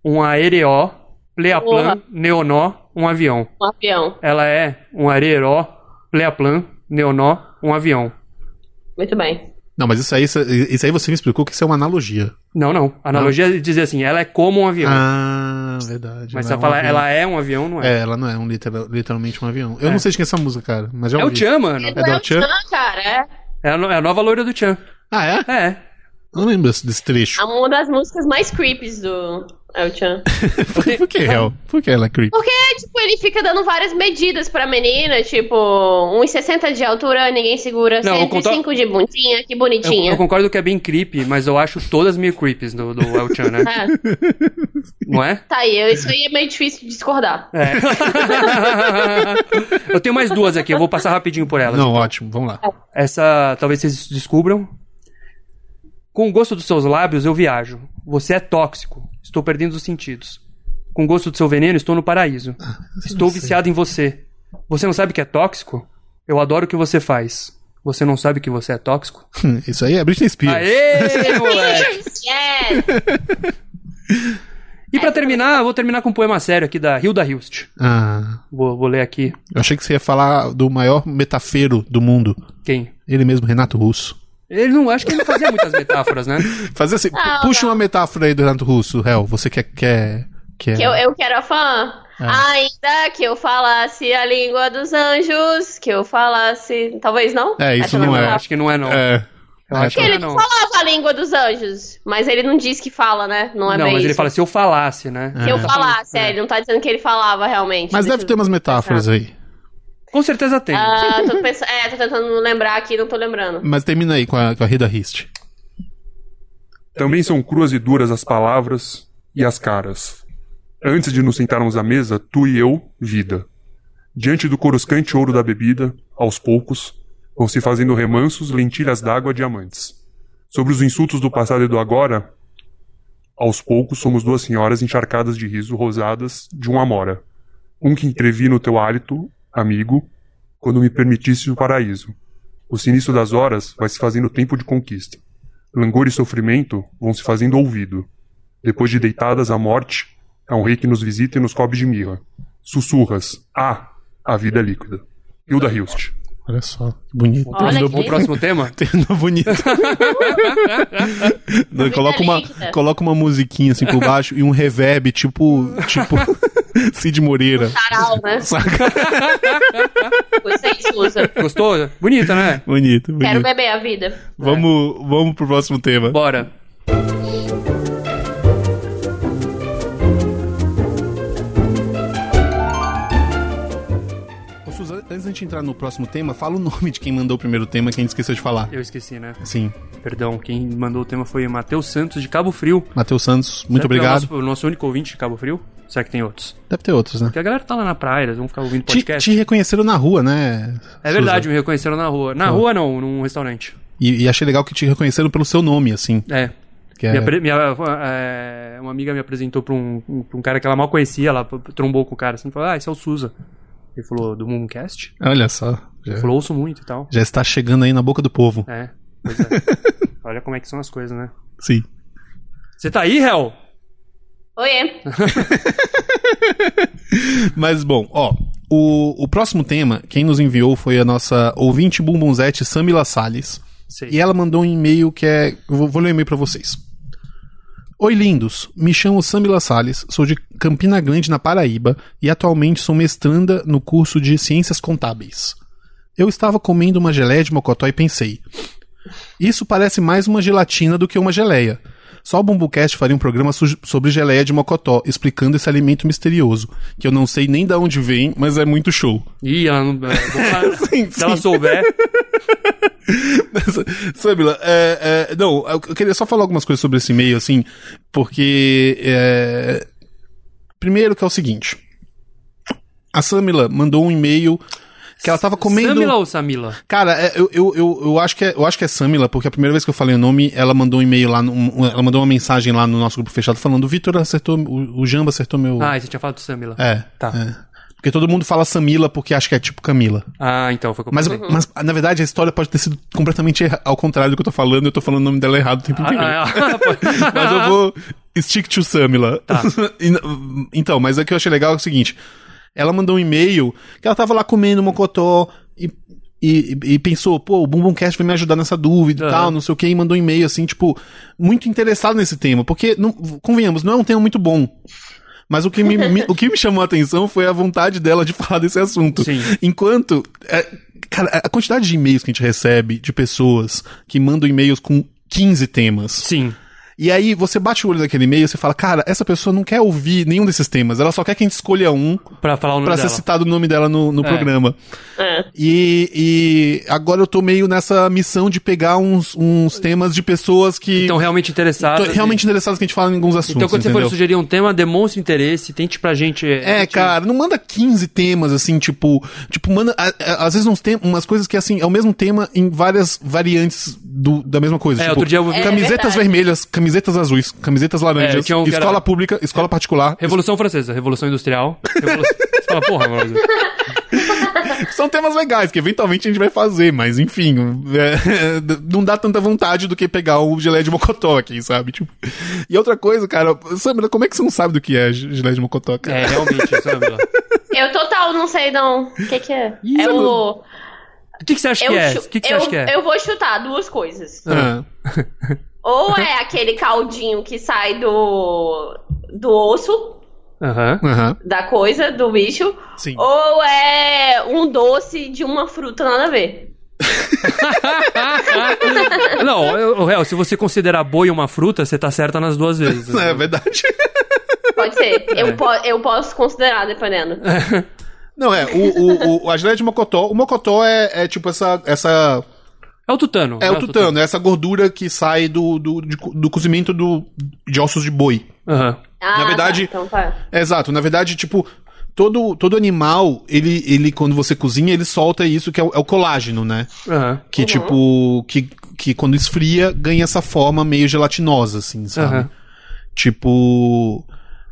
S3: um aereó, pleaplan,
S2: Porra.
S3: neonó, um avião.
S2: Um avião.
S3: Ela é um areeró, pleaplan, neonó, um avião.
S2: Muito bem.
S1: Não, mas isso aí, isso aí você me explicou que isso é uma analogia.
S3: Não, não. A analogia é dizer assim: ela é como um avião.
S1: Ah, verdade.
S3: Mas
S1: não
S3: você
S1: é um
S3: fala,
S1: avião.
S3: ela é um avião, não é?
S1: É, ela não é um literal- literalmente um avião. Eu
S3: É.
S1: não sei de quem é essa música, cara, mas já
S3: É o
S1: ouvi.
S3: Tchan, mano.
S1: do
S2: Não,
S1: Tchan?
S2: cara. é.
S3: É a, no- é a nova loira do Tchan.
S1: Ah, é?
S3: É.
S1: Eu não lembro desse, desse trecho.
S2: É uma das músicas mais creeps do El Chan.
S1: por, que- por que, Hel? Por que ela é creepy?
S2: Porque, tipo, ele fica dando várias medidas pra menina, tipo, 1,60 de altura, ninguém segura,
S3: Não, vou
S2: 105
S3: contar-
S2: de bundinha, que
S3: Eu,
S2: bonitinha.
S3: eu concordo que é bem creepy, mas eu acho todas meio creepies do, do El Chan, né?
S2: É,
S3: Não é?
S2: tá aí, eu- isso aí é meio difícil de discordar.
S3: É. eu tenho mais duas aqui, eu vou passar rapidinho por elas.
S1: Não, ótimo, vamos lá.
S3: Essa talvez vocês descubram. Com o gosto dos seus lábios, eu viajo. Você é tóxico. Estou perdendo os sentidos. Com o gosto do seu veneno, estou no paraíso.
S1: Ah,
S3: Estou viciado em você. Você não sabe que é tóxico? Eu adoro o que você faz. Você não sabe que você é tóxico?
S1: Hum, Isso aí é Britney Spears.
S3: Aê, moleque!
S2: Yeah.
S3: E pra terminar, eu vou terminar com um poema sério aqui da Hilda Hilst.
S1: Ah,
S3: Vou, vou ler aqui.
S1: eu achei que você ia falar do maior metafeiro do mundo.
S3: Quem?
S1: Ele mesmo, Renato Russo.
S3: Ele não, acho que ele não fazia muitas metáforas, né?
S1: Fazer assim,
S2: Ah,
S1: puxa uma metáfora aí do Renato Russo, Hel. Você quer. quer, quer...
S2: Que eu, eu quero a fã.
S1: Ah.
S2: Ainda que eu falasse a língua dos anjos, que eu falasse. Talvez não?
S1: É, isso
S2: Essa
S1: não
S2: a
S1: é.
S3: Eu
S2: minha
S3: acho que não é, não.
S1: É.
S3: Eu acho
S2: Porque
S3: que
S2: ele
S3: não.
S2: não falava a língua dos anjos, mas ele não diz que fala, né? Não é
S3: Não,
S2: bem
S3: mas ele
S2: isso.
S3: fala se eu falasse, né?
S2: Que eu falasse, é, ele não tá dizendo que ele falava realmente.
S1: Mas
S2: Deixa
S1: deve ter
S2: eu-
S1: umas metáforas aí.
S3: Com certeza tem.
S2: Ah, tô pensando, é, tô tentando lembrar aqui, não tô lembrando.
S1: Mas termina aí com a, com a Rida Hist.
S4: Também são cruas e duras as palavras e as caras. Antes de nos sentarmos à mesa, tu e eu, vida. Diante do coruscante ouro da bebida, aos poucos, vão se fazendo remansos, lentilhas d'água, diamantes. Sobre os insultos do passado e do agora, aos poucos somos duas senhoras encharcadas de riso, rosadas, de um amora. Um que entrevi no teu hálito, amigo, quando me permitisse o paraíso. O sinistro das horas vai se fazendo tempo de conquista langor e sofrimento vão se fazendo ouvido. Depois de deitadas a morte, é um rei que nos visita e nos cobre de mirra. Sussurras. Ah, a vida é líquida. Hilda Hilst.
S1: Olha só, bonito.
S2: Olha
S3: Vamos
S2: que-
S3: pro próximo tema?
S1: Terminou bonito. Não, coloca, uma,
S2: líquida.
S1: coloca uma musiquinha assim por baixo e um reverb tipo. Tipo. Cid Moreira.
S2: Sarau, né?
S1: Saca?
S2: Gostei disso, Lusa.
S3: Gostou? Bonita, né?
S1: Bonito,
S2: Quero
S1: bonito.
S2: beber a vida.
S1: Vamos, vamos pro próximo tema.
S3: Bora.
S1: Ô, Suzana, antes da gente entrar no próximo tema, fala o nome de quem mandou o primeiro tema que a gente esqueceu de falar.
S3: Eu esqueci, né?
S1: Sim,
S3: Perdão, quem mandou o tema foi o Matheus Santos de Cabo Frio.
S1: Matheus Santos, muito
S3: Será que é
S1: obrigado.
S3: O nosso, o nosso único ouvinte de Cabo Frio? Será que tem outros?
S1: Deve ter outros, né?
S3: Porque a galera tá lá na praia, eles vão ficar ouvindo
S1: Te,
S3: podcast.
S1: te reconheceram na rua, né?
S3: É verdade, me reconheceram na rua. Na rua não, num restaurante.
S1: Suzana? E, e achei legal que te reconheceram pelo seu nome, assim.
S3: É.
S1: Que é...
S3: Minha pre- minha, é, uma amiga me apresentou pra um, um- pra um cara que ela mal conhecia, ela p- trombou com o cara assim, falou, ah, esse é o Suza. Ele falou, do Mooncast?
S1: Olha só. Já,
S3: Ele falou, ouço muito e tal.
S1: já está chegando aí na boca do povo.
S3: É, pois é. Olha como é que são as coisas, né?
S1: Sim.
S3: Você tá aí, Hel?
S2: Oiê.
S1: Mas bom, ó. O, o próximo tema, quem nos enviou foi a nossa ouvinte bumbunzete Samila Salles.
S3: Sei.
S1: E ela mandou um e-mail que é. eu Vou, vou ler o e-mail pra vocês. Oi, lindos. Me chamo Samila Salles, sou de Campina Grande, na Paraíba, e atualmente sou mestranda no curso de Ciências Contábeis. Eu estava comendo uma geleia de mocotó e pensei: Isso parece mais uma gelatina do que uma geleia. Só o Bumbucast faria um programa su- sobre geleia de mocotó, explicando esse alimento misterioso, que eu não sei nem da onde vem, mas é muito show.
S3: Ih, ela não. é, vou falar-
S1: Sim,
S3: Se ela souber.
S1: Samila, é, é, não, eu eu queria só falar algumas coisas sobre esse e-mail, assim, porque. é, primeiro que é o seguinte. A Samila mandou um e-mail que ela tava comendo.
S3: Samila ou Samila?
S1: Cara, é, eu, eu, eu, eu acho que é, eu acho que é Samila, porque a primeira vez que eu falei o nome, ela mandou um e-mail lá, no- um- ela mandou uma mensagem lá no nosso grupo fechado falando: o Vitor acertou, o, o Jamba acertou meu.
S3: Ah, você tinha falado Samila.
S1: é.
S3: tá.
S1: é. Porque todo mundo fala Samila porque acha que é tipo Camila.
S3: Ah, então, foi
S1: Mas,
S3: complicado.
S1: mas, na verdade, a história pode ter sido completamente erra- ao contrário do que eu tô falando, eu tô falando o nome dela errado o tempo inteiro.
S3: ah, é,
S1: Mas eu vou stick to Samila.
S3: Tá.
S1: E n- então, mas o que eu achei legal é o seguinte: ela mandou um e-mail que ela tava lá comendo mocotó e, e, e pensou, pô, o Bumbumcast vai me ajudar nessa dúvida e
S3: Aham.
S1: tal, não sei o que, e mandou um e-mail assim, tipo, muito interessado nesse tema, porque, não, convenhamos, não é um tema muito bom. Mas o que me, me- o que me chamou a atenção foi a vontade dela de falar desse assunto.
S3: Sim.
S1: Enquanto. é, cara, a quantidade de e-mails que a gente recebe de pessoas que mandam e-mails com 15 temas.
S3: Sim.
S1: E aí você bate o olho naquele e-mail e você fala, cara, essa pessoa não quer ouvir nenhum desses temas, ela só quer que a gente escolha um
S3: Pra falar o nome
S1: pra ser
S3: dela.
S1: citado o nome dela no, no
S3: É.
S1: programa.
S2: É.
S1: E, e agora eu tô meio nessa missão de pegar uns, uns temas de pessoas que
S3: Então, realmente
S1: tô
S3: interessados.
S1: realmente interessadas que a gente fala em alguns assuntos.
S3: Então, quando você
S1: entendeu?
S3: for sugerir um tema, demonstre interesse, tente pra gente.
S1: É, cara, não manda 15 temas, assim, tipo. Tipo, manda. a- a- Às vezes uns tem umas coisas que, assim, é o mesmo tema em várias variantes do, da mesma coisa.
S3: É,
S1: tipo,
S3: outro dia eu ouvi- É,
S1: camisetas
S2: verdade.
S1: vermelhas, camisetas azuis, camisetas
S3: É,
S1: laranjas,
S3: tinha um que era- é.
S1: escola pública, escola particular.
S3: Revolução Francesa, Revolução Industrial. Revolução... Você fala, porra, mano.
S1: São temas legais, que eventualmente a gente vai fazer, mas enfim, é, não dá tanta vontade do que pegar o gelé de mocotó aqui, sabe? Tipo, e outra coisa, cara, Sandra, como é que você não sabe do que é gelé de mocotó, cara?
S3: É, realmente, sabe? lá.
S2: Eu total não sei não. O que que é?
S3: Ih,
S2: é
S3: eu
S2: o...
S3: O que, que você acha
S2: Eu,
S3: que é?
S2: chu-
S3: O que, que você
S2: eu,
S3: acha que é?
S2: eu vou chutar duas coisas.
S1: Ah.
S2: Ou é aquele caldinho que sai do, do osso,
S3: Aham.
S1: Aham,
S2: da coisa, do bicho,
S1: sim.
S2: ou é um doce de uma fruta, nada a ver.
S3: Não, eu, Réu, se você considerar boi uma fruta, você tá certa nas duas vezes.
S1: É verdade.
S2: Pode ser.
S3: É.
S2: Eu, po eu posso considerar, dependendo.
S1: É. Não, é, o, o, o, a geleia de mocotó, o mocotó é, é tipo essa, essa,
S3: É o tutano.
S1: é
S3: né?
S1: o tutano, é essa gordura que sai do, do, de co- do cozimento do, de ossos de boi.
S3: Aham.
S2: Ah,
S1: verdade-
S2: tá, então tá.
S1: Exato, na verdade, tipo, todo, todo animal, ele, ele, quando você cozinha, ele solta isso que é o, é o colágeno, né?
S3: Aham.
S1: Que tipo, que, que quando esfria, ganha essa forma meio gelatinosa, assim, sabe?
S3: Aham.
S1: Tipo.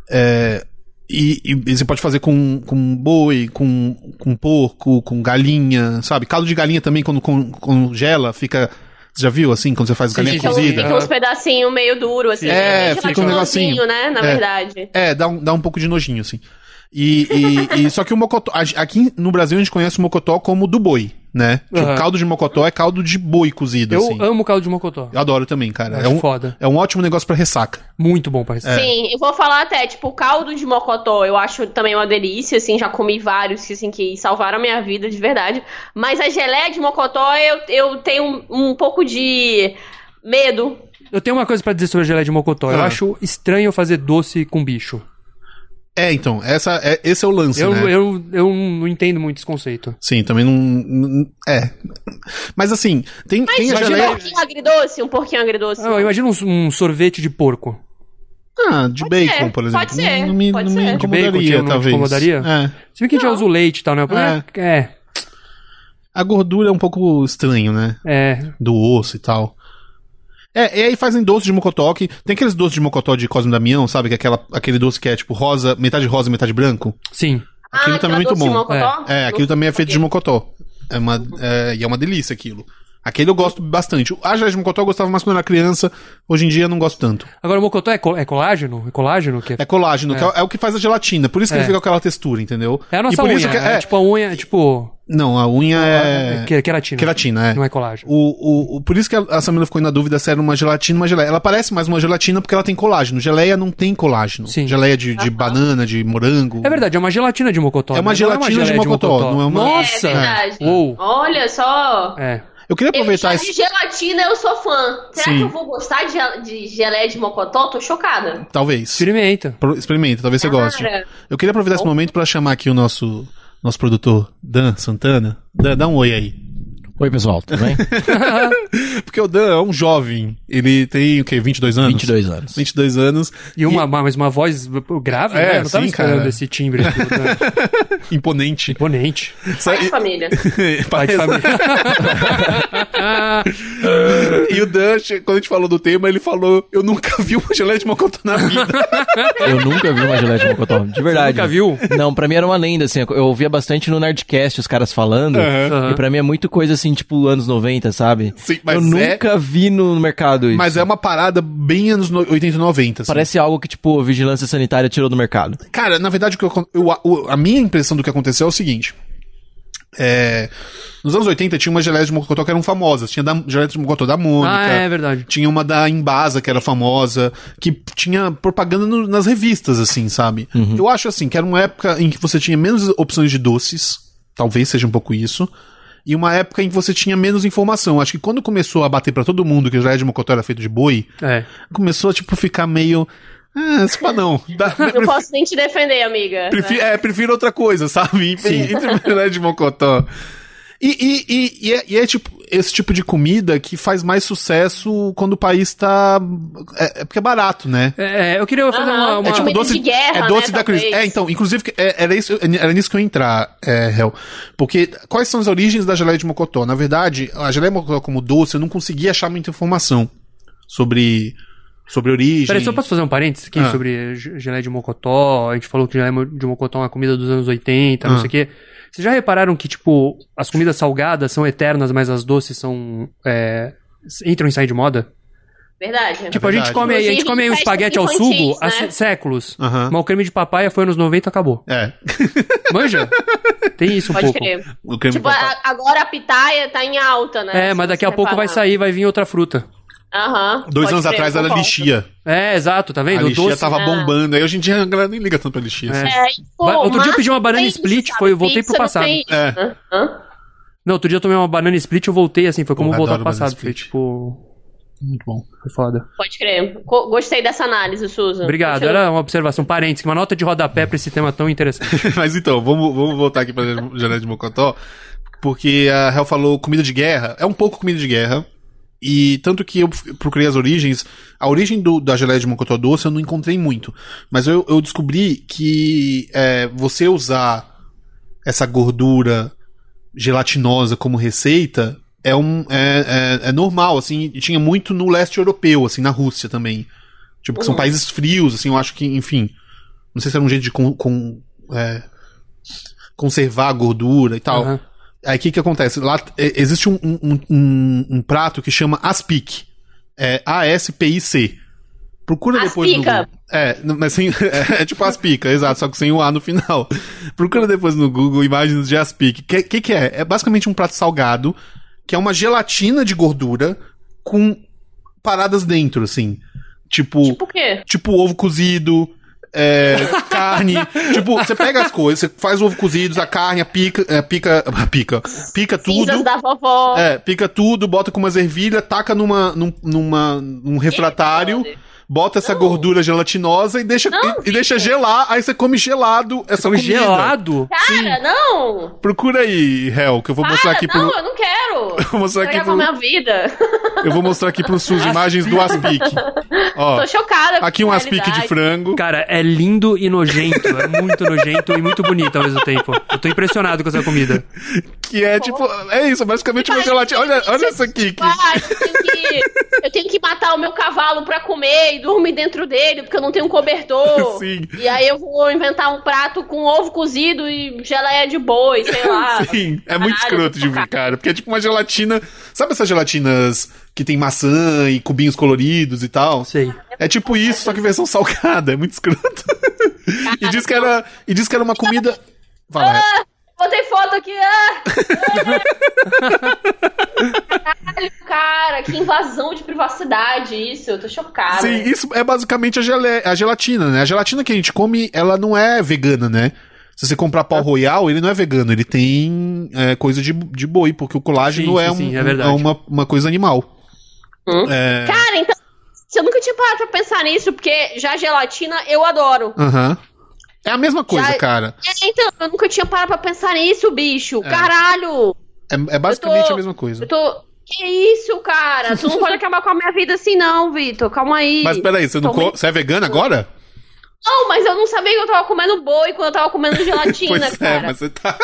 S1: É, e, e você pode fazer com, com boi, com, com porco, com galinha, sabe? Caldo de galinha também, quando con- congela, fica. Você já viu assim, quando você faz
S3: Sim,
S1: galinha
S3: sim,
S2: Fica, um-
S1: cozida?
S2: fica uns pedacinhos meio duro, assim.
S3: Sim.
S1: É,
S2: bem
S1: fica um negocinho.
S2: gelatinosinho, né? Na
S1: É.
S2: verdade.
S1: É, dá um, dá um pouco de nojinho, assim. E, e- e- só que o mocotó. a- Aqui no Brasil a gente conhece o mocotó como do boi, né? Tipo,
S3: Aham.
S1: caldo de mocotó é caldo de boi cozido,
S3: Eu
S1: assim.
S3: amo caldo de mocotó.
S1: Eu adoro também, cara.
S3: Acho
S1: É um,
S3: foda.
S1: é um ótimo negócio pra ressaca.
S3: Muito bom pra
S1: É.
S3: receber.
S2: Sim, eu vou falar até, tipo, o caldo de mocotó eu acho também uma delícia, assim, já comi vários que, assim, que salvaram a minha vida, de verdade. Mas a geleia de mocotó eu, eu tenho um, um pouco de medo.
S3: Eu tenho uma coisa pra dizer sobre a geleia de mocotó. Eu
S1: Ah.
S3: acho estranho fazer doce com bicho.
S1: É, então, essa, é, esse é o lance,
S3: Eu,
S1: né?
S3: eu, eu não entendo muito esse conceito.
S1: Sim, também não. não- É. Mas assim, tem, tem a
S2: Mas um
S1: geleia.
S2: pouquinho agridoce, um pouquinho agridoce.
S3: Ah, imagina um, um sorvete de porco.
S1: Ah, de
S2: Pode
S1: bacon,
S2: ser,
S1: por exemplo.
S2: pode ser,
S1: não, não me,
S2: pode
S1: não me
S2: ser.
S3: De bacon,
S1: incomodaria,
S3: tinha- não te
S1: talvez.
S3: incomodaria?
S1: É.
S3: Se bem que a gente já usa o leite e tal, né? O problema É.
S1: A gordura é um pouco estranho, né?
S3: É. é.
S1: Do osso e tal. É, e aí fazem doce de mocotó que. Tem aqueles doces de mocotó de Cosme Damião, sabe? Que é aquela, aquele doce que é tipo rosa, metade rosa, metade branco.
S3: Sim.
S1: Aquilo também é muito
S2: Ah, doce de
S1: bom.
S2: mocotó?
S3: Ah,
S1: É, aquilo também é feito de mocotó. É uma, é, e é uma delícia aquilo. Aquele eu gosto bastante. A geleia de mocotó eu gostava mais quando eu era criança. Hoje em dia eu não gosto tanto.
S3: Agora, o mocotó é, col- é colágeno? É colágeno? Que é...
S1: É colágeno, que é. é o que faz a gelatina. Por isso que
S3: É.
S1: ele fica com aquela textura, entendeu?
S3: é a
S1: E
S3: nossa
S1: por
S3: unha.
S1: isso que-
S3: é, tipo a unha, é tipo...
S1: Não, a unha
S3: É...
S1: é...
S3: que- Queratina.
S1: Queratina, é.
S3: Não é colágeno.
S1: O, o, o- por isso que a, a Samira ficou na dúvida se era uma gelatina ou uma geleia. Ela parece mais uma gelatina porque ela tem colágeno. Geleia não tem colágeno.
S3: Sim.
S1: Geleia de, de banana, de morango.
S3: É verdade, é uma gelatina de mocotó.
S1: É uma
S3: né? Não
S1: gelatina de
S3: geleia
S1: mocotó, não é uma-
S3: Nossa!
S2: É verdade.
S3: Uou.
S2: Olha só.
S3: É.
S1: Eu queria
S2: Eu
S1: aproveitar
S2: já
S1: esse...
S2: de gelatina eu sou fã. Será
S1: Sim.
S2: que eu vou gostar de, gel- de geleia de mocotó? Tô chocada.
S1: Talvez.
S3: Experimenta.
S1: Pro- Experimenta, talvez você goste.
S2: Cara.
S1: Eu queria aproveitar esse momento pra chamar aqui o nosso, nosso produtor, Dan Santana. Dan, dá um oi aí.
S5: Oi, pessoal, tudo bem?
S1: Porque o Dan é um jovem. Ele tem, o quê? 22 anos?
S5: 22 anos.
S1: 22 anos.
S3: E uma, uma- mas uma voz grave,
S1: É,
S3: né? Eu não tava
S1: sim,
S3: esperando
S1: cara.
S3: esse timbre aqui, né?
S1: Imponente.
S3: imponente.
S2: Pai de família.
S3: Pai de família.
S1: E o Dan, quando a gente falou do tema, ele falou: Eu nunca vi uma geleia de mocotó na vida.
S5: Eu nunca vi uma geleia de mocotó, de verdade.
S3: nunca viu?
S5: Não, pra mim era uma lenda, assim, eu ouvia bastante no Nerdcast os caras falando,
S1: Aham.
S5: e pra mim é muito coisa, assim, tipo, anos 90, sabe?
S1: Sim, mas
S5: eu
S1: é-
S5: nunca vi no mercado isso.
S1: Mas é uma parada bem anos no- 80 e 90. assim.
S5: Parece algo que, tipo, a vigilância sanitária tirou do mercado.
S1: Cara, na verdade, o que eu- eu- o- a minha impressão do que aconteceu é o seguinte. É, nos anos 80 tinha umas geleias de mocotó que eram famosas. Tinha da geleia de mocotó da Mônica.
S3: Ah, é verdade.
S1: Tinha uma da Embasa, que era famosa, que tinha propaganda no- nas revistas, assim, sabe?
S3: Uhum.
S1: Eu acho, assim, que era uma época em que você tinha menos opções de doces, talvez seja um pouco isso, e uma época em que você tinha menos informação. Acho que quando começou a bater pra todo mundo que o Jair de Mocotó era feito de boi,
S3: É.
S1: começou a tipo, ficar meio. Ah, esse pá não. Dá-
S2: Não posso nem te defender, amiga.
S1: Prefiro, é, prefiro outra coisa, sabe? Entre,
S5: Sim.
S1: entre filé de mocotó. E, e, e, e é, e é tipo, esse tipo de comida que faz mais sucesso quando o país tá. É, é porque é barato, né?
S3: É, é, eu queria fazer
S2: Aham,
S3: uma. uma-
S1: É tipo
S2: comida
S1: doce
S2: um de guerra,
S1: é doce
S2: né,
S1: da crise.
S2: talvez.
S1: É, então, inclusive que- é- era, isso, era nisso que eu ia entrar, é, Hel. Porque quais são as origens da geleia de mocotó? Na verdade, a geleia de mocotó como doce, eu não conseguia achar muita informação sobre sobre origem.
S3: Peraí, só posso fazer um parênteses aqui
S1: Ah.
S3: sobre ge- geleia de mocotó? A gente falou que geleia de mocotó é uma comida dos anos 80,
S1: Ah.
S3: não sei o quê. Vocês já repararam que, tipo, as comidas salgadas são eternas, mas as doces são. é, entram e saem de moda?
S2: Verdade.
S3: tipo, a
S1: É verdade.
S3: gente come aí, a gente
S2: Inclusive,
S3: come aí um
S2: festas
S3: espaguete ao
S2: infantis,
S3: sugo há
S2: né?
S3: sé- séculos.
S1: Aham.
S3: Mas o creme de papaya foi anos 90 e acabou.
S1: É,
S3: Manja? Tem isso um
S2: Pode
S3: pouco.
S2: crer.
S1: o creme
S2: Tipo,
S1: de papai.
S2: a- agora a pitaia tá em alta, né?
S3: É, mas
S2: Se
S3: daqui
S2: você
S3: a pouco vai
S2: reparar.
S3: sair, vai vir outra fruta.
S2: Aham.
S1: Dois
S2: pode
S1: anos
S2: crer,
S1: atrás era
S2: concordo.
S1: lixia.
S3: É, exato, tá
S1: A
S3: vendo? O
S1: lixia
S3: doce.
S1: tava
S2: Ah.
S1: bombando. Aí hoje em dia a galera nem liga tanto pra lixia. assim.
S2: É, e, pô,
S3: Vai- outro dia eu
S2: mas
S3: pedi uma banana
S2: tem
S3: split,
S2: isso,
S3: foi, eu
S2: sabe?
S3: voltei pro
S2: Pizza não
S3: passado.
S2: tem isso.
S1: É.
S2: Aham.
S3: Não, outro dia eu tomei uma banana split e eu voltei assim, foi como
S1: Porra,
S3: voltar
S1: adoro
S3: pro passado.
S1: banana
S3: Foi
S1: split.
S3: tipo.
S1: Muito bom.
S3: Foi foda.
S2: Pode crer. Co- Gostei dessa análise, Susan.
S3: Obrigado,
S2: Continua.
S3: era uma observação, um parênteses, uma nota de rodapé pra esse tema tão interessante.
S1: Mas então, vamos, vamos voltar aqui pra Janela de Mocotó. Porque a Hel falou comida de guerra. É um pouco comida de guerra. E tanto que eu procurei as origens. A origem do- da geleia de mocotó doce eu não encontrei muito. Mas eu, eu descobri que é, você usar essa gordura gelatinosa como receita é, um, é, é, é normal, assim. E tinha muito no leste europeu, assim, na Rússia também. Tipo, que são
S2: Uhum.
S1: países frios, assim, eu acho que, enfim. Não sei se era um jeito de con- con- é, conservar a gordura e tal.
S3: Aham.
S1: Aí o que, que acontece? Lá é, existe um, um- um- um- um prato que chama Aspic. É A-S-P-I-C. Procura depois no
S2: Aspica.
S1: Google. É, não, mas sem, é, tipo Aspica, exato, só que sem o A no final. Procura depois no Google imagens de Aspic. O que, que, que é? É basicamente um prato salgado, que é uma gelatina de gordura com paradas dentro, assim.
S2: Tipo o quê?
S1: Tipo ovo cozido, é, carne. Tipo, você pega as coisas, você faz ovo cozido, a carne, a pica, é, pica, a pica, pica
S2: Cinzas
S1: tudo.
S2: da vovó.
S1: É, pica tudo, bota com umas ervilhas, taca numa, num, numa,
S2: é
S1: num refratário,
S2: brother.
S1: bota essa gordura gelatinosa e deixa,
S2: Não,
S1: e, e deixa gelar, aí você come gelado essa
S3: Come
S1: comida.
S3: gelado?
S2: Cara, não!
S1: Procura aí, Hel, que eu vou mostrar
S2: Cara,
S1: aqui pro.
S2: Ah, não, eu não quero!
S1: Vou mostrar aqui
S2: Estragar com a
S1: pro,
S2: minha vida.
S1: eu vou mostrar aqui pro SUS imagens do aspic. Ó,
S2: Tô chocada. com
S1: aqui um
S2: essa
S1: aspic de
S2: realidade.
S1: frango.
S3: Cara, é lindo e nojento. É muito nojento e muito bonito ao mesmo tempo. Eu tô impressionado com essa comida.
S1: Que é tipo, é isso, basicamente uma
S2: Ai,
S1: gelatina. Olha, olha essa aqui. que-
S2: Vai, eu tenho, que, eu tenho que matar o meu cavalo pra comer e dormir dentro dele, porque eu não tenho um cobertor.
S1: Sim.
S2: E aí eu vou inventar um prato com ovo cozido e geleia de boi, sei lá.
S1: Sim, é muito
S2: Caralho,
S1: escroto de
S2: eu tô
S1: ver, cara. Porque é tipo uma gelatina. Sabe essas gelatinas que tem maçã e cubinhos coloridos e tal?
S3: Sei.
S1: É tipo isso, só que versão salgada. É muito escroto. E diz que era, e diz que era uma comida. Fala, Reto.
S2: Ah, Botei foto aqui. Ah! Ah! Caralho, cara, que invasão de privacidade isso. Eu tô chocada.
S1: Sim, isso é basicamente a, gele- a gelatina, né? A gelatina que a gente come, ela não é vegana, né? Se você comprar pau royal, ele não é vegano, ele tem é, coisa de, de boi, porque o colágeno
S3: Sim,
S1: é,
S3: sim,
S1: um-
S3: sim, é verdade.
S1: é uma, uma coisa animal.
S2: Hum.
S1: É,
S2: Cara, então. Eu nunca tinha parado pra pensar nisso, porque já gelatina eu adoro.
S1: aham. É a mesma coisa,
S2: Já-
S1: cara.
S2: É, então, eu nunca tinha parado pra pensar nisso, bicho. Caralho!
S1: É, é basicamente
S2: Eu tô-
S1: a mesma coisa.
S2: Eu tô. Que isso, cara? Tu não pode acabar com a minha vida assim, não, Vitor. Calma aí.
S1: Mas peraí, você, não
S2: Tomei-
S1: co- você é vegana agora?
S2: Não, mas eu não sabia que eu tava comendo boi quando eu tava comendo gelatina,
S1: pois é,
S2: cara.
S1: mas você tá.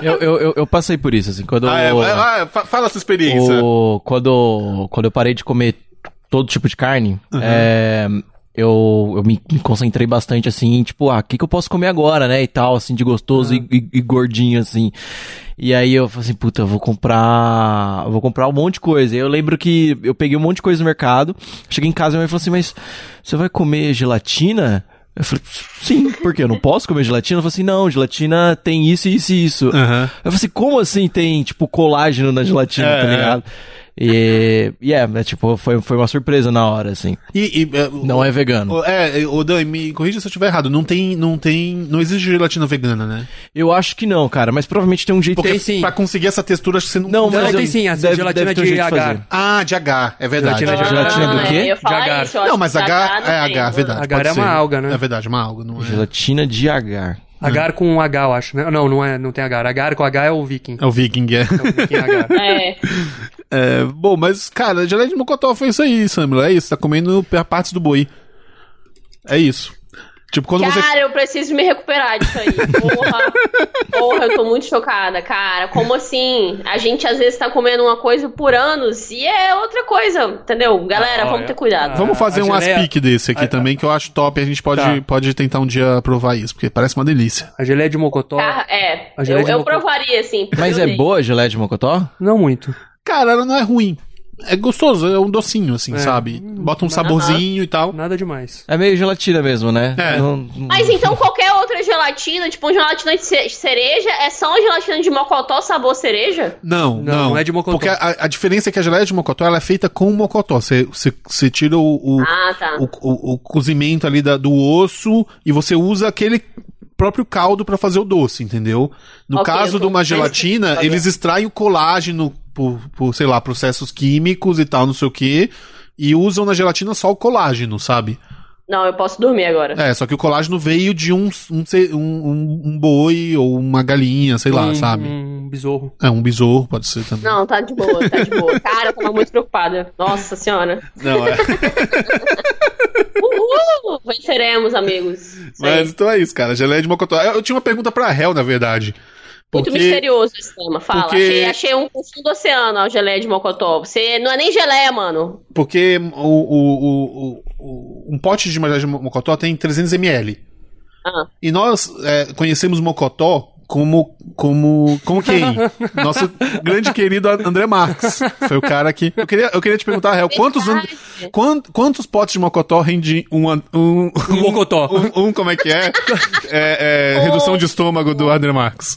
S5: Eu, eu, eu, eu passei por isso, assim, quando
S1: Ah, é,
S5: eu,
S1: ah, fa- fala a sua experiência.
S5: o- quando, quando eu parei de comer todo tipo de carne, é, eu, eu me, me concentrei bastante, assim, tipo, ah, o que, que eu posso comer agora, né, e tal, assim, de gostoso e, e- e gordinho, assim. E aí eu falei assim, puta, eu vou comprar, eu vou comprar um monte de coisa. E Eu lembro que eu peguei um monte de coisa no mercado, cheguei em casa e minha mãe falou assim, mas você vai comer gelatina? Eu falei, sim, porque eu não posso comer gelatina? Ela falou assim, não, gelatina tem isso, isso e isso.
S1: Aham.
S5: Eu falei assim, como assim tem, tipo, colágeno na gelatina,
S1: É,
S5: tá ligado? E, e é, é, tipo, foi, foi uma surpresa na hora, assim.
S1: E, e, é, o-
S5: Não é vegano.
S1: o- É, o Dan, me corrija se eu estiver errado. Não tem, não tem, não existe gelatina vegana, né?
S5: Eu acho que não, cara, mas provavelmente tem um jeito.
S1: Porque
S3: Tem sim.
S1: pra conseguir essa textura acho que assim, você não.
S5: Não,
S3: Não,
S5: mas
S3: tem
S5: eu-
S3: sim, a
S5: deve-
S3: gelatina
S5: deve ter um
S3: de
S5: jeito de
S3: H.
S5: fazer.
S1: Ah, de H, é verdade.
S3: Gelatina de
S1: é
S5: H.
S1: verdade.
S5: gelatina do
S2: Ah,
S5: quê?
S2: eu ia falar
S3: De agar.
S2: isso, eu acho
S1: Não, mas
S2: que
S1: H
S2: não
S1: é H,
S2: tem.
S1: é verdade.
S3: Agar
S1: pode
S3: é uma
S1: ser.
S3: alga, né?
S1: É verdade, é uma alga, não é?
S5: Gelatina de H.
S3: Agar com H, eu acho, né? Não, não, é, não tem Agar. Agar com H é o viking.
S1: É o Viking, é.
S3: É o viking Agar.
S2: É.
S1: É, Bom, mas, cara, geleia de mocotó foi isso aí, Samuel. É isso, tá comendo a partes do boi. É isso. Tipo, quando você.
S2: Cara, eu preciso me recuperar disso aí. Porra. Porra, eu tô muito chocada, cara. Como assim? A gente às vezes tá comendo uma coisa por anos e é outra coisa, entendeu? Galera,
S3: Ah,
S2: vamos
S3: é.
S2: ter cuidado.
S1: Vamos fazer
S3: a
S1: um
S3: geleia-
S1: aspic desse aqui
S3: a-
S1: também, que eu acho top. A gente pode,
S3: Tá.
S1: pode tentar um dia provar isso, porque parece uma delícia.
S3: A geleia de mocotó.
S2: Cara, é.
S3: A
S2: Eu,
S3: geleia de
S2: eu
S3: mocotó.
S2: provaria, assim. porque
S5: Mas
S2: eu
S5: é
S2: dei.
S5: boa a geleia de mocotó?
S3: Não muito.
S1: Cara, ela não é ruim. É gostoso, é um docinho, assim, sabe? Bota um saborzinho e tal.
S3: Nada demais.
S5: É meio gelatina mesmo, né?
S1: É.
S5: Não- não-
S2: Mas então qualquer outra gelatina, tipo uma gelatina de ce- cereja, é só uma gelatina de mocotó sabor cereja?
S1: Não, não,
S3: Não, não é de mocotó.
S1: Porque a, a diferença é que a geleia de mocotó ela é feita com o mocotó. Você, você, você tira o, o,
S2: Ah, tá.
S1: o, o- o cozimento ali da- do osso e você usa aquele próprio caldo pra fazer o doce, entendeu? No
S2: Ok,
S1: caso
S2: eu
S1: de
S2: tô-
S1: uma gelatina,
S2: Fazer.
S1: eles extraem o colágeno por, por, sei lá, processos químicos e tal, não sei o quê, e usam na gelatina só o colágeno, sabe?
S2: Não, eu posso dormir agora.
S1: É, só que o colágeno veio de um, um, ce- um, um- um boi ou uma galinha, sei lá,
S3: um,
S1: sabe?
S3: Um besourro.
S1: É, um besouro pode ser também.
S2: Uhum. Não, tá de boa, tá de boa. Cara, eu tava muito preocupada. Nossa senhora.
S1: Não, é.
S2: Uhul! Venceremos, amigos. Isso aí.
S1: Mas então é isso, cara. Geleia de mocotó. Eu, eu tinha uma pergunta pra réu, na verdade.
S2: Muito
S1: Porque
S2: misterioso esse tema, fala.
S1: porque-
S2: Achei, achei um fundo do oceano, a geleia de mocotó. Você não é nem geleia, mano.
S1: Porque o, o- o- o- um pote de margarina de mocotó tem 300 ml.
S2: Ah.
S1: E nós é, conhecemos mocotó como, como, como quem? Nosso grande querido André Marques. Foi o cara que... Eu queria, eu queria te perguntar, Réu, quantos, and-
S2: Verdade.
S1: quant- quantos potes de mocotó rende um... an- um,
S3: Um mocotó.
S1: um- um, como é que é? É, é, redução de estômago do André Marques.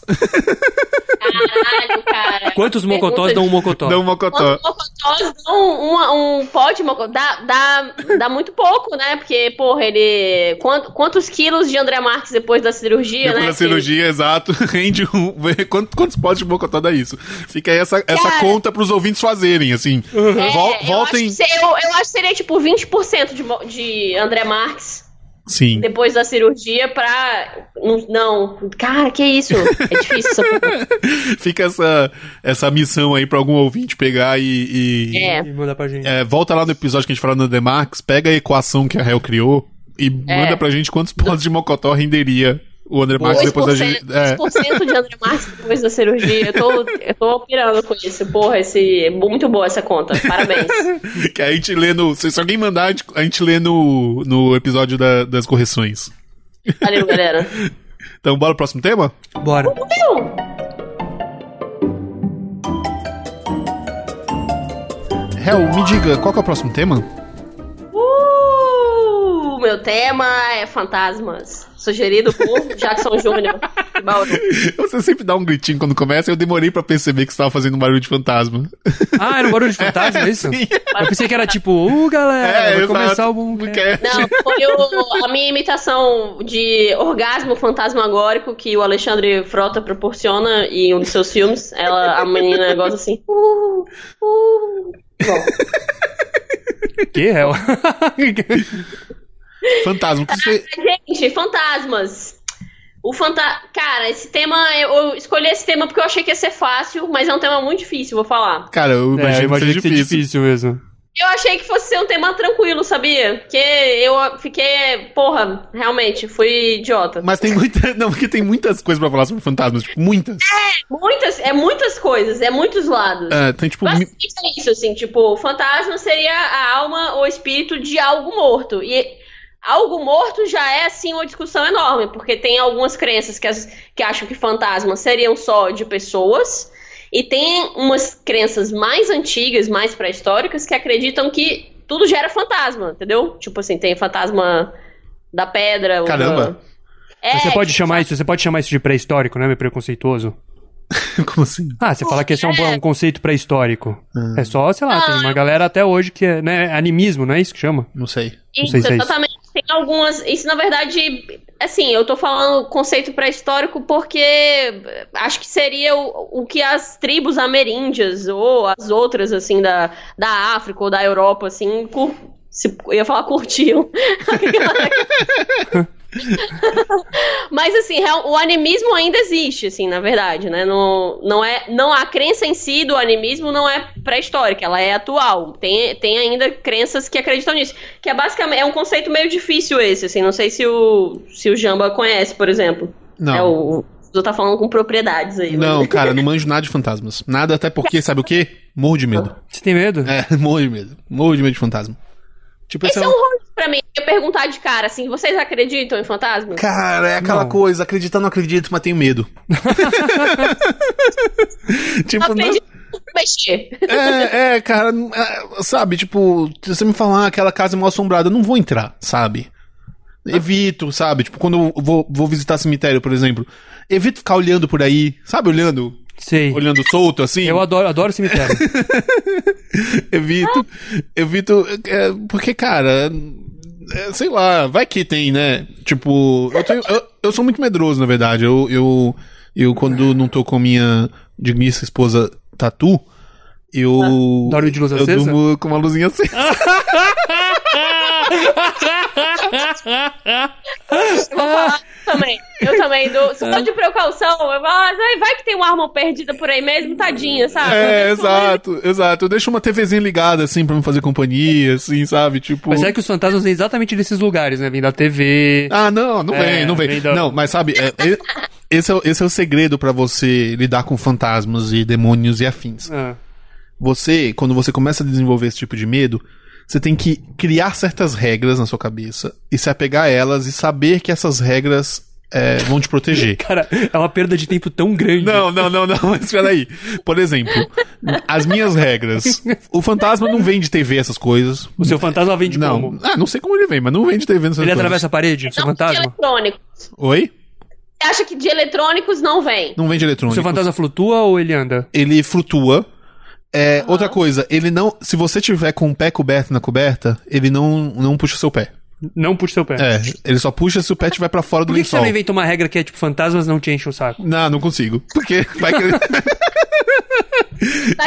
S2: Caralho, cara.
S3: Quantos mocotós dão um mocotó?
S1: Dá um mocotó.
S2: Quantos mocotós dão uma- um, pote de mocotó? Dá, dá, dá muito pouco, né? Porque, porra, ele. Quant- quantos quilos de André Marques depois da cirurgia,
S1: Depois
S2: né?
S1: da
S2: Que-
S1: cirurgia, exato, rende um. vê Quantos, quantos potes de mocotó dá isso? Fica aí essa, essa
S2: Cara.
S1: conta pros ouvintes fazerem, assim.
S2: É,
S1: Vol-
S2: eu
S1: voltem.
S2: acho que se- Eu, eu acho que seria tipo 20% de, mo- de André Marques.
S1: Sim.
S2: depois da cirurgia pra. Não, não. cara, que isso? É difícil. essa pergunta.
S1: Fica essa, essa missão aí pra algum ouvinte pegar e. e-
S2: É.
S3: E manda pra gente.
S1: é, volta lá no episódio que a gente falou no Demarx, pega a equação que a Hel criou e
S2: É.
S1: manda pra gente quantos potes de mocotó renderia o André Marques depois da gente.
S2: 2%,
S1: É.
S2: 2% de André Marques depois da cirurgia. Eu tô, eu tô pirando com isso. Porra, esse, muito boa essa conta. Parabéns.
S1: É, Que a gente lê no. Se, se alguém mandar, a gente, a gente lê no, no episódio da- das correções.
S2: Valeu, galera.
S1: Então, bora pro próximo tema?
S3: Bora.
S2: Meu,
S1: Hel, me diga, qual que é o próximo tema?
S2: uh, meu tema é fantasmas. Sugerido por Jackson Júnior. de Bauru.
S1: Você sempre dá um gritinho quando começa, eu demorei pra perceber que você tava fazendo um barulho de fantasma.
S3: Ah, era um barulho de fantasma, é isso? Eu pensei que era tipo, uh, galera, vai
S1: É, exato.
S3: começar o bom.
S1: Não quer.
S2: Não, foi o- a minha imitação de orgasmo fantasmagórico que o Alexandre Frota proporciona em um de seus filmes. Ela, a menina gosta assim. Uh, uh. Bom,
S3: Que réu?
S1: Fantasma, o que você...
S2: gente, fantasmas. O fanta... Cara, esse tema, eu eu escolhi esse tema porque eu achei que ia ser fácil, mas é um tema muito difícil, vou falar.
S1: Cara, eu imagino,
S3: É, eu
S1: que seja
S3: imagino que seja
S1: difícil.
S3: difícil mesmo.
S2: Eu achei que fosse ser um tema tranquilo, sabia? Porque eu fiquei, porra, realmente, fui idiota.
S1: Mas tem muita... Não, porque tem muitas coisas pra falar sobre fantasmas, tipo, muitas.
S2: Muitas, é muitas coisas, é muitos lados.
S1: É, tem tipo... mi-
S2: Basicamente é isso, assim, tipo, o fantasma seria a alma ou espírito de algo morto. E algo morto já é, assim, uma discussão enorme, porque tem algumas crenças que, as- que acham que fantasmas seriam só de pessoas, e tem umas crenças mais antigas, mais pré-históricas, que acreditam que tudo gera fantasma, entendeu? Tipo assim, tem fantasma da pedra. ou da-
S1: Caramba.
S2: É,
S3: Você pode
S2: tipo,
S3: chamar isso, você pode chamar isso de pré-histórico, né, meu preconceituoso?
S1: Como assim?
S3: Ah, você fala que esse é um, um conceito pré-histórico.
S1: Ah.
S3: É só, sei lá, tem uma galera até hoje que é né, animismo, não é isso que chama?
S1: Não sei.
S3: sei se é isso.
S2: exatamente. Tem algumas. Isso, na verdade, assim, eu tô falando conceito pré-histórico porque acho que seria o, o que as tribos ameríndias ou as outras, assim, da, da África ou da Europa, assim, cur- se- eu ia falar curtiam. Mas assim, real- o animismo ainda existe, assim, na verdade, né? Não, não é, não a crença em si do animismo não é pré-histórica, ela é atual. Tem, tem ainda crenças que acreditam nisso, que é basicamente é um conceito meio difícil esse, assim. Não sei se o se o Jamba conhece, por exemplo.
S1: Não.
S2: É o eu tá falando com propriedades aí. mas-
S1: Não, cara, não manjo nada de fantasmas. Nada, até porque, sabe o quê? Morro de medo.
S3: Você tem medo?
S1: É, morro de medo. Morro de medo de fantasma. Tipo,
S2: Esse
S1: esse
S2: é
S1: é
S2: um
S1: um-
S2: horror pra mim. Eu ia perguntar de cara, assim, vocês acreditam em fantasma?
S1: Cara, é aquela
S3: Não.
S1: coisa, acreditar não acredito, mas tenho medo. tipo, não-
S2: acredito em mexer.
S1: É, é, cara, n- é, sabe, tipo, se você me falar aquela casa é mal assombrada, eu não vou entrar, sabe? Evito, sabe? Tipo, quando eu vou, vou visitar cemitério, por exemplo, evito ficar olhando por aí, sabe? Olhando,
S3: Sei.
S1: olhando solto, assim.
S3: Eu adoro, adoro cemitério.
S1: Evito, evito, é, porque, cara, é, sei lá, vai que tem, né? Tipo, eu, tenho- eu- eu sou muito medroso, na verdade. Eu, eu, eu quando não tô com minha digníssima esposa Tatu, eu.
S3: Dorme de luz
S1: eu
S3: acesa?
S1: durmo com uma luzinha acesa.
S2: Eu vou falar também. Eu também dou. Se
S1: É.
S2: for de precaução, eu falo, ah, vai- vai que tem uma arma perdida por aí mesmo, tadinha, sabe?
S1: É, exato, exato. Eu deixo uma TVzinha ligada, assim, pra me fazer companhia, assim, sabe? Tipo.
S3: Mas é que os fantasmas vêm exatamente desses lugares, né? Vem da TV.
S1: Ah, não, não
S3: É,
S1: vem, não vem.
S3: vem da-
S1: Não, mas sabe, é, é- esse, é, o- esse é o segredo pra você lidar com fantasmas e demônios e afins.
S3: Ah,
S1: Você, quando você começa a desenvolver esse tipo de medo, você tem que criar certas regras na sua cabeça e se apegar a elas e saber que essas regras é, vão te proteger.
S3: Cara, é uma perda de tempo tão grande.
S1: Não, não, não, não, mas peraí. Por exemplo, as minhas regras. O fantasma não vem de TV essas coisas.
S3: O seu fantasma vem de
S1: não,
S3: como?
S1: ah, não sei como ele vem, mas não vem de TV essas
S3: Ele
S1: coisas.
S3: atravessa a parede, o seu
S2: Não de
S3: fantasma?
S2: eletrônico.
S1: Oi?
S2: Você acha que de eletrônicos não vem?
S1: Não vem de
S3: O
S1: eletrônico.
S3: seu fantasma flutua ou ele anda?
S1: ele flutua. É, Outra coisa, ele não. Se você tiver com o pé coberto na coberta, ele não, não puxa o seu pé.
S3: Não puxa seu pé.
S1: É, ele só puxa se o pé estiver pra fora do
S3: Por que, que você
S1: lençol.
S3: não inventa uma regra que é tipo, fantasmas não te enchem o saco?
S1: Não, não consigo. Porque vai que...
S2: Tá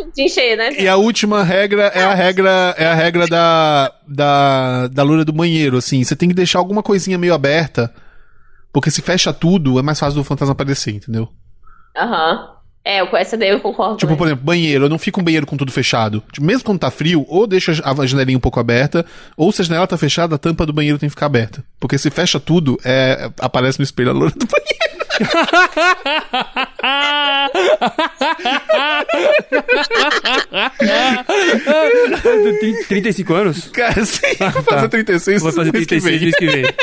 S2: de encher, né?
S1: E a última regra é a regra é a regra da, da da loura do banheiro, assim. Você tem que deixar alguma coisinha meio aberta, porque se fecha tudo, é mais fácil do fantasma aparecer, entendeu?
S2: Aham. É, eu- essa daí eu concordo.
S1: Tipo,
S2: também.
S1: por exemplo, banheiro. Eu não fico com banheiro com tudo fechado. Tipo, mesmo quando tá frio, ou deixa a janelinha um pouco aberta, ou se a janela tá fechada, a tampa do banheiro tem que ficar aberta. Porque se fecha tudo, é, aparece no espelho a loura do banheiro.
S3: Tem 35 anos?
S1: Cara, sim,
S2: Ah,
S1: vou
S2: tá.
S1: fazer 36
S3: Vou fazer
S1: mês que
S3: 36
S1: vem.
S3: mês que vem.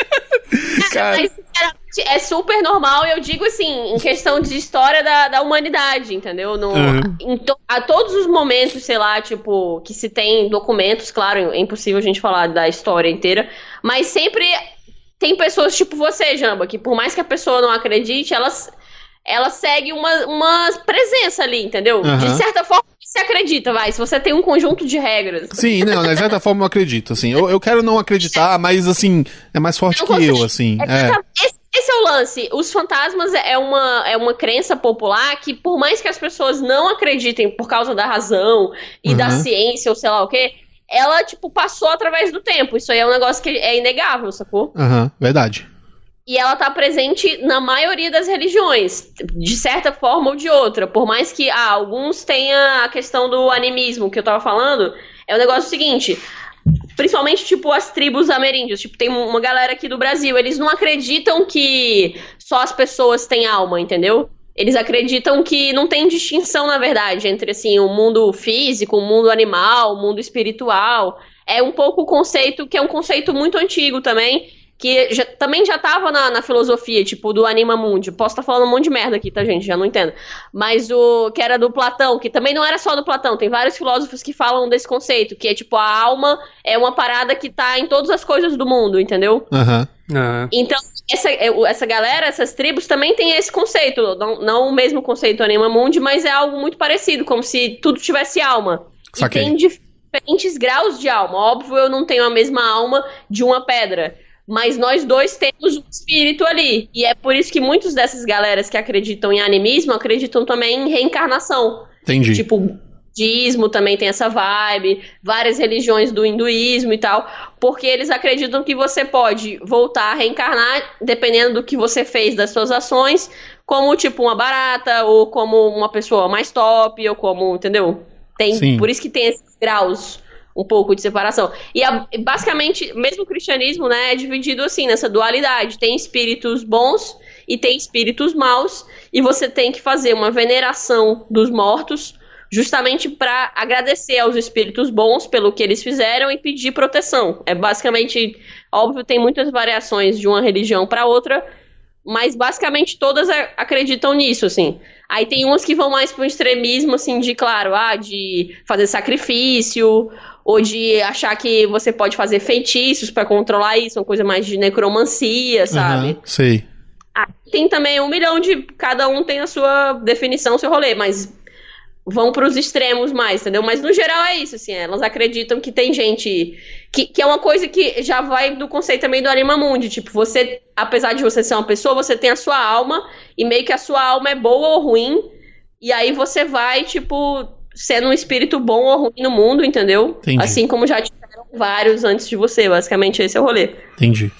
S1: Cara,
S2: Mas, sinceramente, é super normal, eu digo assim, em questão de história da, da humanidade, entendeu? No,
S1: Uhum.
S2: em to- a todos os momentos, sei lá, tipo, que se tem documentos, claro, é impossível a gente falar da história inteira, mas sempre tem pessoas tipo você, Jamba, que por mais que a pessoa não acredite, elas. Ela segue uma, uma presença ali, entendeu?
S1: Aham.
S2: De certa forma, você acredita, vai. Se você tem um conjunto de regras.
S1: Sim, não, de certa forma eu acredito, assim. Eu, eu quero não acreditar, mas assim, é mais forte
S2: Eu
S1: que
S2: consigo-
S1: eu, assim. É.
S2: Exatamente. Esse, esse é o lance. Os fantasmas é uma, é uma crença popular que, por mais que as pessoas não acreditem por causa da razão e da
S1: Uhum.
S2: ciência ou sei lá o quê, ela, tipo, passou através do tempo. Isso aí é um negócio que é inegável, sacou?
S1: Aham, verdade.
S2: E ela tá presente na maioria das religiões, de certa forma ou de outra. Por mais que ah, alguns tenha a questão do animismo que eu tava falando, é o negócio seguinte. Principalmente, tipo, as tribos ameríndias. Tipo, tem uma galera aqui do Brasil. Eles não acreditam que só as pessoas têm alma, entendeu? Eles acreditam que não tem distinção, na verdade, entre, assim, o mundo físico, o mundo animal, o mundo espiritual. É um pouco o conceito, que é um conceito muito antigo também, que já- também já tava na, na filosofia, tipo, do Anima Mundi. Posso estar falando um monte de merda aqui, tá, gente? Já não entendo. Mas o que era do Platão, que também não era só do Platão, tem vários filósofos que falam desse conceito, que é tipo, a alma é uma parada que tá em todas as coisas do mundo, entendeu?
S1: Aham.
S3: Ah,
S2: Então, essa, essa galera, essas tribos, também tem esse conceito. Não, não o mesmo conceito Anima Mundi, mas é algo muito parecido, como se tudo tivesse alma.
S1: Saquei.
S2: E tem diferentes graus de alma. Óbvio, eu não tenho a mesma alma de uma pedra. Mas nós dois temos um espírito ali. E é por isso que muitos dessas galeras que acreditam em animismo acreditam também em reencarnação.
S1: Entendi.
S2: Tipo, o budismo também tem essa vibe, várias religiões do hinduísmo e tal, porque eles acreditam que você pode voltar a reencarnar dependendo do que você fez das suas ações, como tipo uma barata, ou como uma pessoa mais top, ou como, entendeu? Tem,
S1: Sim.
S2: por isso que tem esses graus um pouco de separação. E a- basicamente, mesmo o cristianismo, né, é dividido assim nessa dualidade. Tem espíritos bons e tem espíritos maus, e você tem que fazer uma veneração dos mortos justamente para agradecer aos espíritos bons pelo que eles fizeram e pedir proteção. É basicamente, óbvio, tem muitas variações de uma religião para outra, mas basicamente todas a- acreditam nisso, assim. Aí tem umas que vão mais pro extremismo, assim, de, claro, ah, de fazer sacrifício, ou de achar que você pode fazer feitiços para controlar isso, uma coisa mais de necromancia, sabe?
S1: Aham, sei.
S2: tem também um milhão de. Cada um tem a sua definição, seu rolê, mas vão para os extremos mais, entendeu? Mas no geral é isso, assim, elas acreditam que tem gente. Que, que é uma coisa que já vai do conceito também do Anima Mundi. Tipo, você, apesar de você ser uma pessoa, você tem a sua alma, e meio que a sua alma é boa ou ruim, e aí você vai, tipo, sendo um espírito bom ou ruim no mundo, entendeu?
S1: Entendi.
S2: Assim como já tiveram vários antes de você, basicamente esse é o rolê.
S1: Entendi.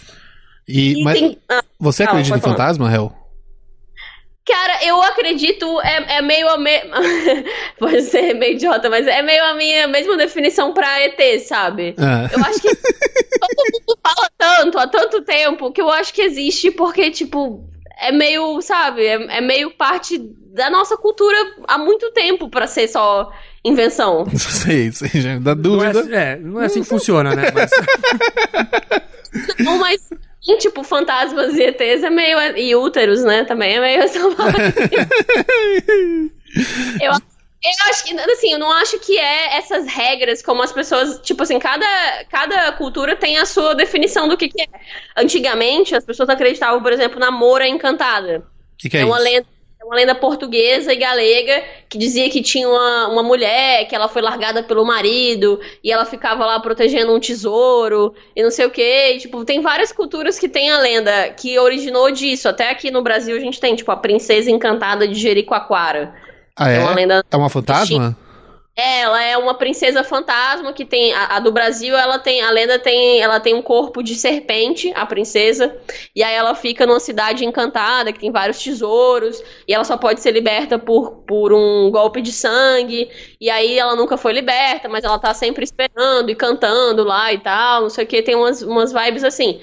S1: E,
S2: E
S1: mas
S2: tem-
S1: você
S2: não,
S1: acredita em
S2: pode falar.
S1: fantasma, Hel?
S2: Cara, eu acredito, é, é meio a me... Pode ser meio idiota, mas é meio a minha mesma definição pra ET, sabe?
S1: Ah,
S2: Eu acho que todo mundo fala tanto, há tanto tempo, que eu acho que existe porque, tipo, é meio, sabe? É, é meio parte da nossa cultura há muito tempo pra ser só invenção.
S1: sei, sei, já dá
S3: Não é,
S1: dúvida.
S3: é, não é assim que funciona, né? Mas
S2: Não, mas, sim, tipo, fantasmas e ETs é meio. E úteros, né? Também é meio essa vibe. eu, eu acho que. Assim, eu não acho que é essas regras como as pessoas. Tipo assim, cada, cada cultura tem a sua definição do que, que é. Antigamente, as pessoas acreditavam, por exemplo, na Moura Encantada.
S1: O que, que é,
S2: É uma
S1: isso?
S2: lenda. é uma lenda portuguesa e galega que dizia que tinha uma, uma mulher que ela foi largada pelo marido e ela ficava lá protegendo um tesouro e não sei o que. Tipo, tem várias culturas que tem a lenda que originou disso. Até aqui no Brasil a gente tem, tipo, a princesa encantada de Jericoacoara.
S1: Ah,
S2: É uma
S1: é?
S2: lenda
S1: É uma fantasma?
S2: ela é uma princesa fantasma que tem a, a do Brasil, ela tem a lenda tem, ela tem um corpo de serpente, a princesa, e aí ela fica numa cidade encantada que tem vários tesouros, e ela só pode ser liberta por, por um golpe de sangue, e aí ela nunca foi liberta, mas ela tá sempre esperando e cantando lá e tal, não sei o que, tem umas, umas vibes assim.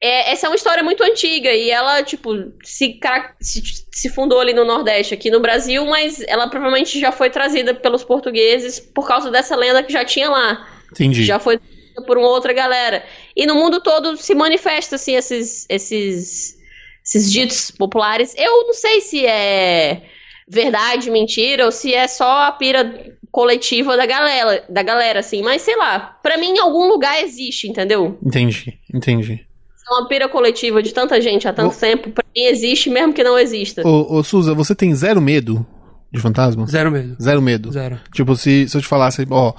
S2: É, essa é uma história muito antiga e ela, tipo, se, cara- se, se fundou ali no Nordeste, aqui no Brasil, mas ela provavelmente já foi trazida pelos portugueses por causa dessa lenda que já tinha lá.
S1: Entendi.
S2: Já foi trazida por uma outra galera. E no mundo todo se manifesta, assim, esses, esses, esses ditos populares. Eu não sei se é verdade, mentira, ou se é só a pira coletiva da galera, da galera assim. Mas sei lá, pra mim em algum lugar existe, entendeu?
S1: Entendi, entendi.
S2: É uma pira coletiva de tanta gente há tanto
S1: Ô-
S2: tempo, pra mim existe mesmo que não exista.
S1: Ô, ô Suza, você tem zero medo de fantasma?
S3: zero mesmo.
S1: Zero medo.
S3: Zero.
S1: Tipo, se, se eu te falasse, ó,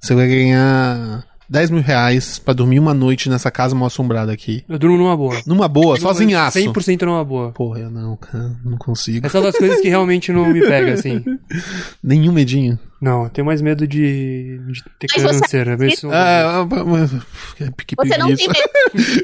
S1: você vai ganhar 10 mil reais pra dormir uma noite nessa casa mal assombrada aqui.
S3: Eu durmo numa boa.
S1: Numa boa, sozinhaço.
S3: 100% numa boa.
S1: Porra, eu não, cara, não consigo.
S3: Essa é uma das coisas que realmente não me pega, assim.
S1: Nenhum medinho.
S3: Não, eu tenho mais medo de, de ter
S2: Mas você-
S3: câncer. é meio surreal.
S1: Ah, ah, mas- que
S2: Você não tem
S1: preguiça.
S2: medo.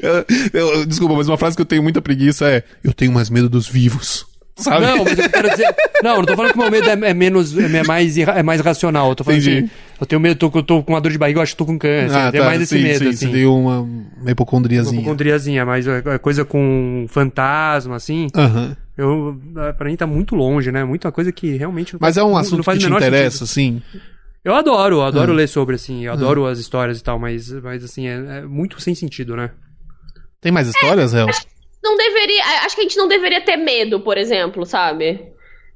S1: Eu- eu- desculpa, mas uma frase que eu tenho muita preguiça é: Eu tenho mais medo dos vivos. Sabe?
S3: Não, mas eu quero dizer. Não, eu não tô falando que meu medo é, é menos. É mais, irra- é mais racional. Eu tô falando
S1: Entendi.
S3: assim. Eu tenho medo, tô, eu tô com uma dor de barriga, eu acho que tô com câncer.
S1: Ah,
S3: é
S1: tá,
S3: mais esse
S1: sim,
S3: medo,
S1: sim,
S3: assim.
S1: Você deu uma, uma
S3: Uma
S1: hipocondriazinha.
S3: hipocondriazinha, mas é é coisa com fantasma, assim.
S1: Aham.
S3: Eu, ah, pra mim tá muito longe, né? Muita coisa que realmente não
S1: Mas
S3: faz-
S1: é um
S3: não-
S1: assunto
S3: não faz
S1: que
S3: o
S1: te
S3: menor
S1: interessa, Ah. assim.
S3: sentido. Eu adoro, eu adoro ler sobre, assim. Eu adoro as histórias e tal, mas, mas assim, é, é muito sem sentido, né?
S1: Tem mais histórias, Hel?
S2: Não deveria. a- Acho que a gente não deveria ter medo, por exemplo, sabe?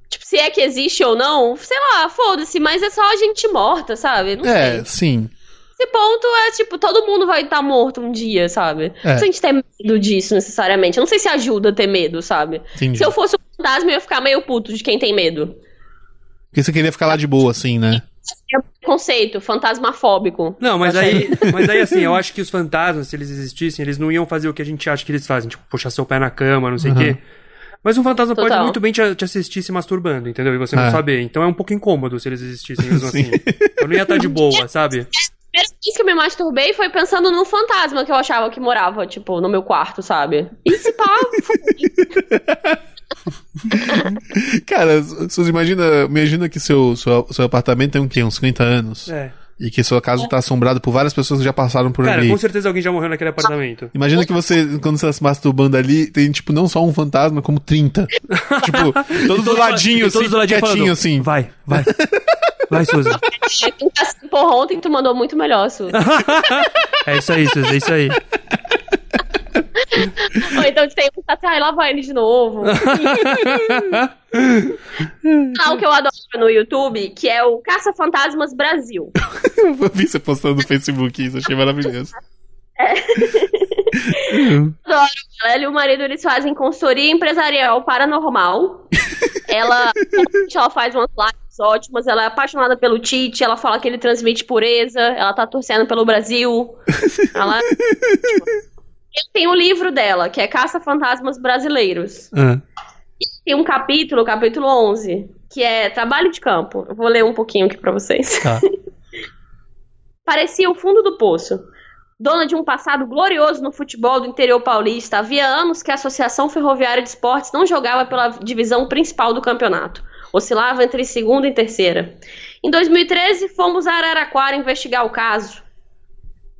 S2: Tipo, se é que existe ou não, sei lá, foda-se, mas é só gente morta, sabe? Não
S1: É,
S2: sei.
S1: sim.
S2: Esse ponto é tipo, todo mundo vai estar morto um dia, sabe?
S1: É.
S2: Não sei se a gente tem medo disso necessariamente. Eu não sei se ajuda a ter medo, sabe?
S1: Entendi.
S2: Se eu fosse um fantasma, eu ia ficar meio puto de quem tem medo.
S1: Porque você queria ficar lá de boa, assim, né?
S2: É um conceito fantasmafóbico.
S3: Não,
S1: Tá
S3: mas aí, mas aí assim, eu acho que os fantasmas, se eles existissem, eles não iam fazer o que a gente acha que eles fazem, tipo, puxar seu pé na cama, não sei o quê. Mas um fantasma pode
S2: Total.
S3: muito bem te, te assistir se masturbando, entendeu? E você não
S1: É.
S3: saber. Então é um pouco incômodo se eles existissem mesmo assim. Eu não ia estar de boa, sabe?
S2: A primeira vez que eu me masturbei foi pensando num fantasma que eu achava que morava, tipo, no meu quarto, sabe? E se pá,
S1: Cara, vocês imagina, imagina que seu, seu, seu apartamento tem o quê? Uns 30 anos.
S3: É.
S1: E que sua casa tá assombrada por várias pessoas que já passaram por
S3: Cara,
S1: ali.
S3: com certeza alguém já morreu naquele apartamento.
S1: Imagina que você, quando você tá se masturbando ali, tem, tipo, não só um fantasma, como 30. tipo, todos do ladinho,
S3: e todos
S1: assim,
S3: do ladinho
S1: quietinho,
S3: falando,
S1: assim.
S3: Vai, vai. Vai, Suzy.
S2: tu tá assim, porra, ontem tu mandou muito melhor, Su.
S3: É isso aí, Suzy, é isso aí.
S2: Ou então tem um que tá assim, ai, lá vai ele de novo. ah, o que eu adoro no YouTube, que é o Caça Fantasmas Brasil.
S1: Eu vi você postando no Facebook isso, achei maravilhoso.
S2: adoro. Ela e o marido, eles fazem consultoria empresarial paranormal. Ela, ela faz umas lives ótimas, ela é apaixonada pelo Tite, ela fala que ele transmite pureza, ela tá torcendo pelo Brasil. Ela... Ele tem um livro dela, que é Caça Fantasmas Brasileiros.
S3: Ah.
S2: Tem um capítulo, capítulo 11, que é Trabalho de Campo. Eu vou ler um pouquinho aqui pra vocês.
S3: Tá.
S2: Parecia o fundo do poço. Dona de um passado glorioso no futebol do interior paulista, havia anos que a Associação Ferroviária de Esportes não jogava pela divisão principal do campeonato. Oscilava entre segunda e terceira. Em 2013, fomos a Araraquara investigar o caso.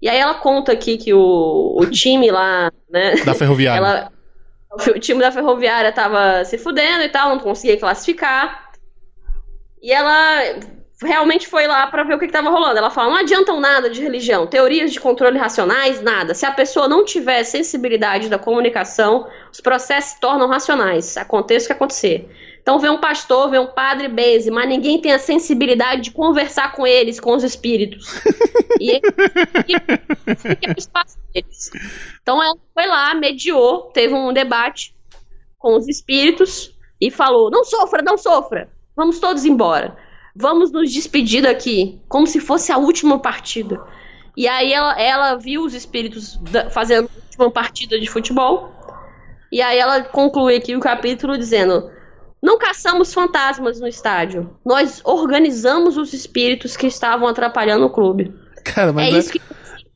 S2: E aí ela conta aqui que o, o time lá, né?
S1: Da ferroviária.
S2: Ela, o time da Ferroviária tava se fudendo e tal, não conseguia classificar. E ela realmente foi lá pra ver o que, que tava rolando. Ela fala: não adiantam nada de religião, teorias de controle racionais, nada. Se a pessoa não tiver sensibilidade da comunicação, os processos se tornam racionais. Aconteça o que acontecer. Então vê um pastor, vê um padre base, mas ninguém tem a sensibilidade de conversar com eles, com os espíritos. E é ele fica no espaço deles. Então ela foi lá, mediou, teve um debate com os espíritos e falou: não sofra, não sofra, vamos todos embora, vamos nos despedir daqui, como se fosse a última partida. E aí ela, ela viu os espíritos da- fazendo a última partida de futebol, e aí ela conclui aqui o capítulo dizendo: não caçamos fantasmas no estádio, nós organizamos os espíritos que estavam atrapalhando o clube
S1: Cara, mas
S2: é
S1: é-
S2: isso que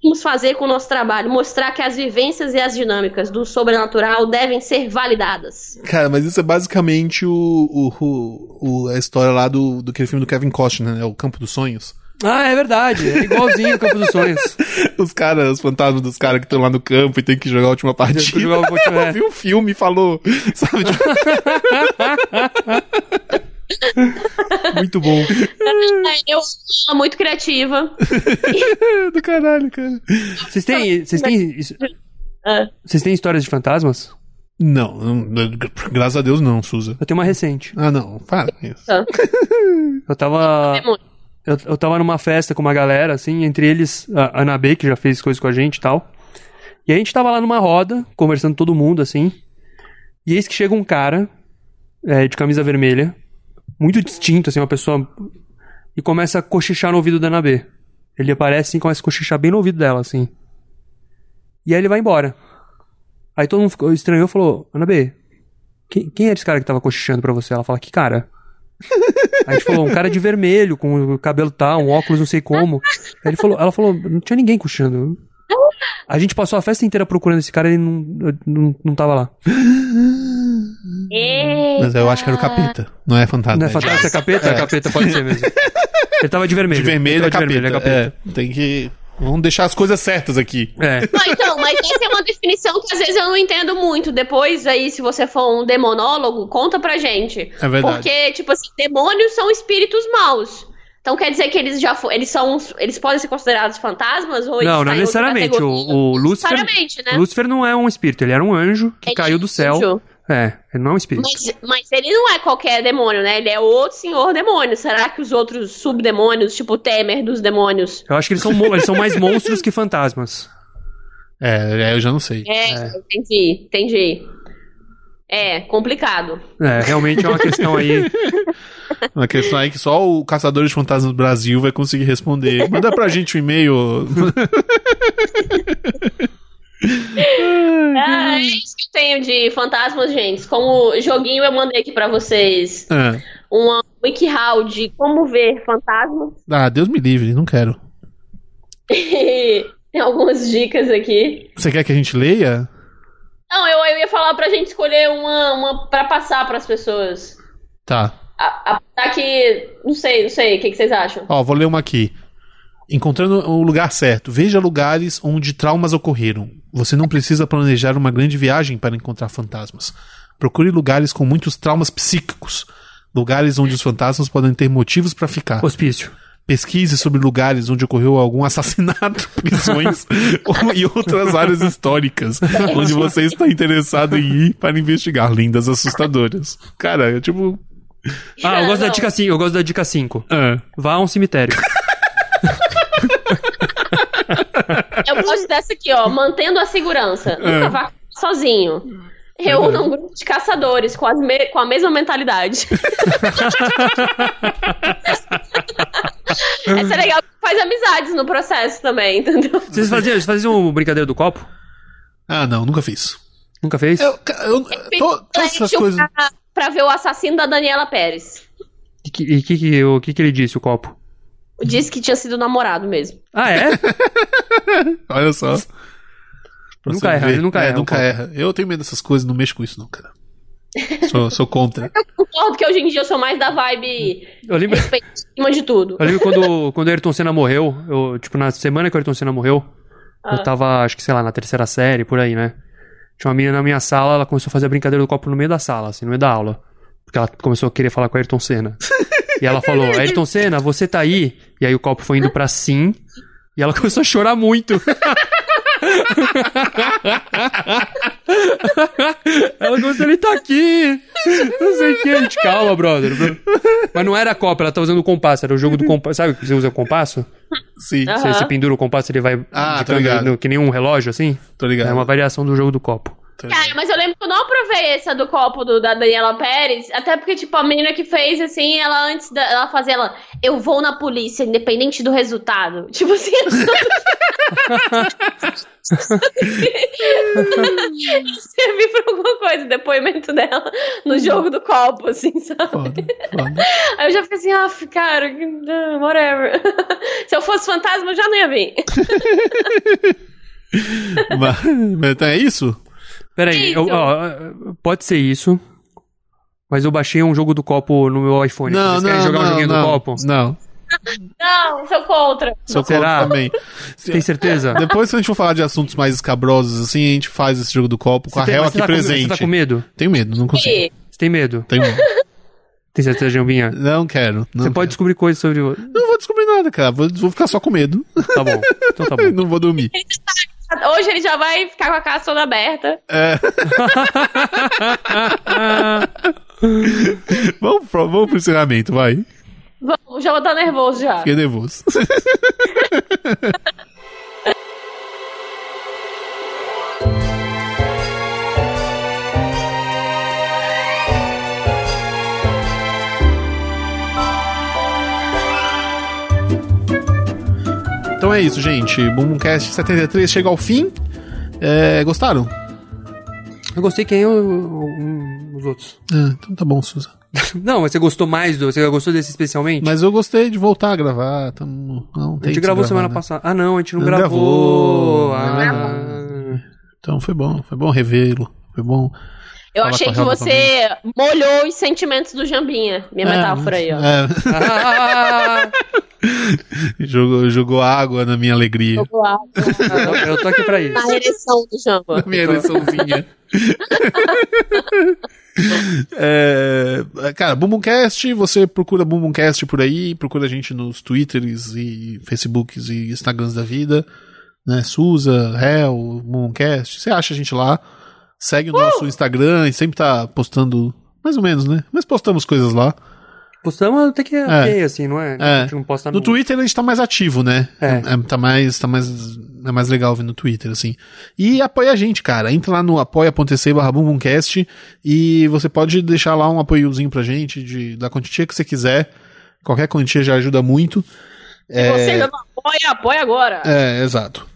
S2: vamos fazer com o nosso trabalho, mostrar que as vivências e as dinâmicas do sobrenatural devem ser validadas.
S1: Cara, mas isso é basicamente o, o- o- o- a história lá do, do aquele filme do Kevin Costner, né? O Campo dos Sonhos.
S3: Ah, é verdade. É igualzinho o Campo dos Sonhos.
S1: Os caras, os fantasmas dos caras que estão lá no campo e tem que jogar a última
S3: Eu
S1: partida.
S3: jogava futebol, é.
S1: Eu vi um filme e falou, sabe? tipo- Muito bom.
S2: Eu sou muito criativa.
S1: É, Do caralho, cara.
S3: Vocês têm, vocês têm, isso-
S2: Ah.
S3: vocês têm histórias de fantasmas?
S1: Não, não, graças a Deus não, Suza.
S3: Eu tenho uma recente.
S1: Ah, não, para com isso.
S3: Eu tava,
S2: Demônio.
S3: eu, eu tava numa festa com uma galera, assim, entre eles a Ana B, que já fez coisas com a gente e tal. E a gente tava lá numa roda, conversando todo mundo, assim. E eis que chega um cara, é, de camisa vermelha, muito distinto, assim, uma pessoa. E começa a cochichar no ouvido da Ana B. Ele aparece e começa a cochichar bem no ouvido dela, assim. E aí ele vai embora. Aí todo mundo ficou, estranhou e falou: Ana B, quem, quem era esse cara que tava cochichando pra você? Ela fala: Que cara? Aí a gente falou, um cara de vermelho, com o cabelo tal, um óculos não sei como. Aí ele falou, ela falou, não tinha ninguém cochichando. A gente passou a festa inteira procurando esse cara e ele não, não, não tava lá.
S1: Mas eu acho que era o capeta, não é fantasma.
S3: Não é
S1: é
S3: fantasma, é capeta? É capeta, pode ser mesmo. Ele tava de vermelho.
S1: De vermelho é
S3: Ele tava
S1: capeta.
S3: de vermelho, é capeta.
S1: É, tem que. Vamos deixar as coisas certas aqui.
S3: É.
S2: Não, então, mas essa é uma definição que às vezes eu não entendo muito. Depois, aí, se você for um demonólogo, conta pra gente.
S1: É verdade.
S2: Porque, tipo assim, demônios são espíritos maus. Então quer dizer que eles já fo- eles são uns- eles podem ser considerados fantasmas ou eles
S3: Não, não é
S2: caem em outra
S3: necessariamente. O,
S2: categoria?
S3: o Lúcifer,
S2: necessariamente, né?
S3: Lúcifer não é um espírito, ele era um anjo que
S2: Ele
S3: caiu do
S2: é
S3: céu.
S2: anjo.
S3: É, ele não é um espírito.
S2: Mas, mas ele não é qualquer demônio, né? Ele é outro senhor demônio. Será que os outros subdemônios, tipo o Temer dos demônios?
S3: Eu acho que eles são, mo- eles são mais monstros que fantasmas.
S1: É, é, eu já não sei.
S2: É, entendi, entendi. É, complicado.
S3: É, realmente é uma questão aí.
S1: Uma questão aí que só o Caçador de Fantasmas Brasil vai conseguir responder. Manda pra gente um e-mail.
S2: Ah, é isso que eu tenho de fantasmas, gente. Como joguinho, eu mandei aqui pra vocês
S1: Ah,
S2: uma wikiHow de como ver fantasmas.
S1: Ah, Deus me livre, não quero.
S2: Tem algumas dicas aqui.
S1: Você quer que a gente leia?
S2: Não, eu, eu ia falar pra gente escolher uma, uma pra passar pras pessoas.
S1: Tá.
S2: A- Apesar que. Não sei, não sei. O que, que vocês acham?
S1: Ó, vou ler uma aqui. Encontrando o lugar certo. Veja lugares onde traumas ocorreram. Você não precisa planejar uma grande viagem para encontrar fantasmas. Procure lugares com muitos traumas psíquicos. Lugares onde os fantasmas podem ter motivos para ficar.
S3: Hospício.
S1: Pesquise sobre lugares onde ocorreu algum assassinato, prisões ou- e outras áreas históricas onde você está interessado em ir para investigar lendas assustadoras. Cara, é tipo.
S3: Ah, eu gosto da
S2: Não.
S3: dica 5. Eu gosto da dica 5.
S1: ah,
S3: Vá a um cemitério.
S2: Eu gosto dessa aqui, ó. Mantendo a
S1: É.
S2: segurança. Nunca vá sozinho. Reúna um grupo de caçadores com, as me- com a mesma mentalidade. Essa é legal porque faz amizades no processo também, entendeu?
S3: Vocês faziam, vocês faziam o brincadeira do copo?
S1: ah, não, nunca fiz.
S3: Nunca fez?
S1: Eu, eu- to- todas essas
S2: Pra-
S1: coisas.
S2: Pra ver o assassino da Daniela Pérez.
S3: E que- E o que, que, o que, que ele disse, o copo?
S2: Disse que tinha sido namorado mesmo.
S3: Ah, é?
S1: Olha só. Pra
S3: Nunca
S1: você
S3: erra,
S1: ver.
S3: ele nunca
S1: É,
S3: erra,
S1: nunca
S3: um
S1: erra. Eu tenho medo dessas coisas, não mexo com isso, não, cara. Sou, sou contra.
S2: Concordo que hoje em dia eu sou mais da vibe
S3: Eu lembro,
S2: respeito acima de tudo.
S3: eu lembro quando, quando o Ayrton Senna morreu, eu, tipo, na semana que o Ayrton Senna morreu, eu tava, acho que, sei lá, na terceira série, por aí, né? Tinha uma menina na minha sala, ela começou a fazer a brincadeira do copo no meio da sala, assim, no meio da aula. Porque ela começou a querer falar com o Ayrton Senna. E ela falou, Ayrton Senna, você tá aí? E aí o copo foi indo pra sim, e ela começou a chorar muito. ela começou, ele tá aqui! Não sei o que, gente, calma, brother. Mas não era a copa, ela tá usando o compasso, era o jogo do compasso. Sabe que você usa o compasso?
S1: Sim,
S2: Ah.
S3: Você,
S2: Aham.
S3: você pendura o compasso, ele vai
S1: Ah, tô
S3: indicando
S1: ligado.
S3: no- que nem um relógio, assim?
S1: tô ligado.
S3: É uma variação do jogo do copo.
S1: tô ligado.
S2: Cara, Ah, mas eu lembro que eu não aprovei essa do copo do- da Daniela Pérez, até porque, tipo, a menina que fez, assim, ela antes da, ela fazia ela, eu vou na polícia, independente do resultado. Tipo assim, serviu pra alguma coisa, o depoimento dela no jogo do copo, assim, sabe?
S1: Foda, foda.
S2: Aí eu já fiquei assim, ah, cara, que- whatever. Se eu fosse fantasma, eu já não ia vir.
S1: mas, mas então é isso?
S3: Peraí, eu-
S2: Isso.
S3: ó, pode ser isso. Mas eu baixei um jogo do copo no meu iPhone. Vocês querem jogar um joguinho
S1: não,
S3: do copo?
S1: Não,
S2: Não, sou contra.
S1: sou
S3: Será?
S1: contra também.
S3: Tem certeza?
S1: Depois, se a gente for falar de assuntos mais escabrosos assim, a gente faz esse jogo do copo com a
S3: Você tem-
S1: réu
S3: mas
S1: aqui
S3: você tá com-
S1: presente.
S3: Você tá com medo?
S1: Tenho medo, não consigo.
S2: E,
S3: Você tem medo?
S1: Tenho medo.
S3: Tem certeza, Jambinha?
S1: Não quero. Não,
S3: Você pode
S1: quero.
S3: descobrir coisas sobre o.
S1: não vou descobrir nada, cara. Vou, vou ficar só com medo.
S3: Tá bom. Então tá bom.
S1: não vou dormir.
S2: hoje ele já vai ficar com a casa toda aberta.
S1: Vamos pro, vamos pro encerramento, vai.
S2: Vamos, já vou estar nervoso já.
S1: Fiquei nervoso. Então é isso, gente. Boomcast 73 chega ao fim. É, gostaram?
S3: Eu gostei quem eu, um- os outros.
S1: Ah, então tá bom, Susan.
S3: Não, mas você gostou mais do. Você gostou desse especialmente?
S1: Mas eu gostei de voltar a gravar. Tamo... Não,
S3: a
S1: tem
S3: gente
S1: que
S3: gravou
S1: gravar,
S3: semana
S1: né?
S3: passada. Ah, não, a gente não,
S1: Não
S3: gravou.
S1: gravou.
S3: Ah.
S1: Então foi bom, foi bom revê-lo. Foi bom.
S2: Eu
S1: Fala
S2: achei
S1: com a
S2: que
S1: Helga
S2: você molhou os sentimentos do Jambinha. Minha metáfora aí, ó.
S1: É,
S3: Ah,
S1: jogou, jogou água na minha alegria.
S2: Jogou água
S3: Ah, eu tô aqui pra
S2: Na
S3: isso.
S2: ereção do Jamba.
S1: minha eleiçãozinha. é, cara, Bumbumcast, você procura Bumbumcast por aí, procura a gente nos Twitters e Facebooks e Instagrams da vida, né? Suza, Hell, Bumbumcast, você acha a gente lá. Segue o nosso Instagram e sempre tá postando, mais ou menos, né? Mas postamos coisas lá.
S3: Postamos até que é, ok, assim, não é? A gente não posta
S1: No Twitter a gente tá mais ativo, né?
S3: É.
S1: É, tá mais, tá mais, é mais legal ver no Twitter, assim. E apoia a gente, cara. Entra lá no apoia.se barra bumbumcast e você pode deixar lá um apoiozinho pra gente de, da quantia que você quiser. Qualquer quantia já ajuda muito.
S2: Se você ainda não apoia, apoia agora.
S1: É, exato.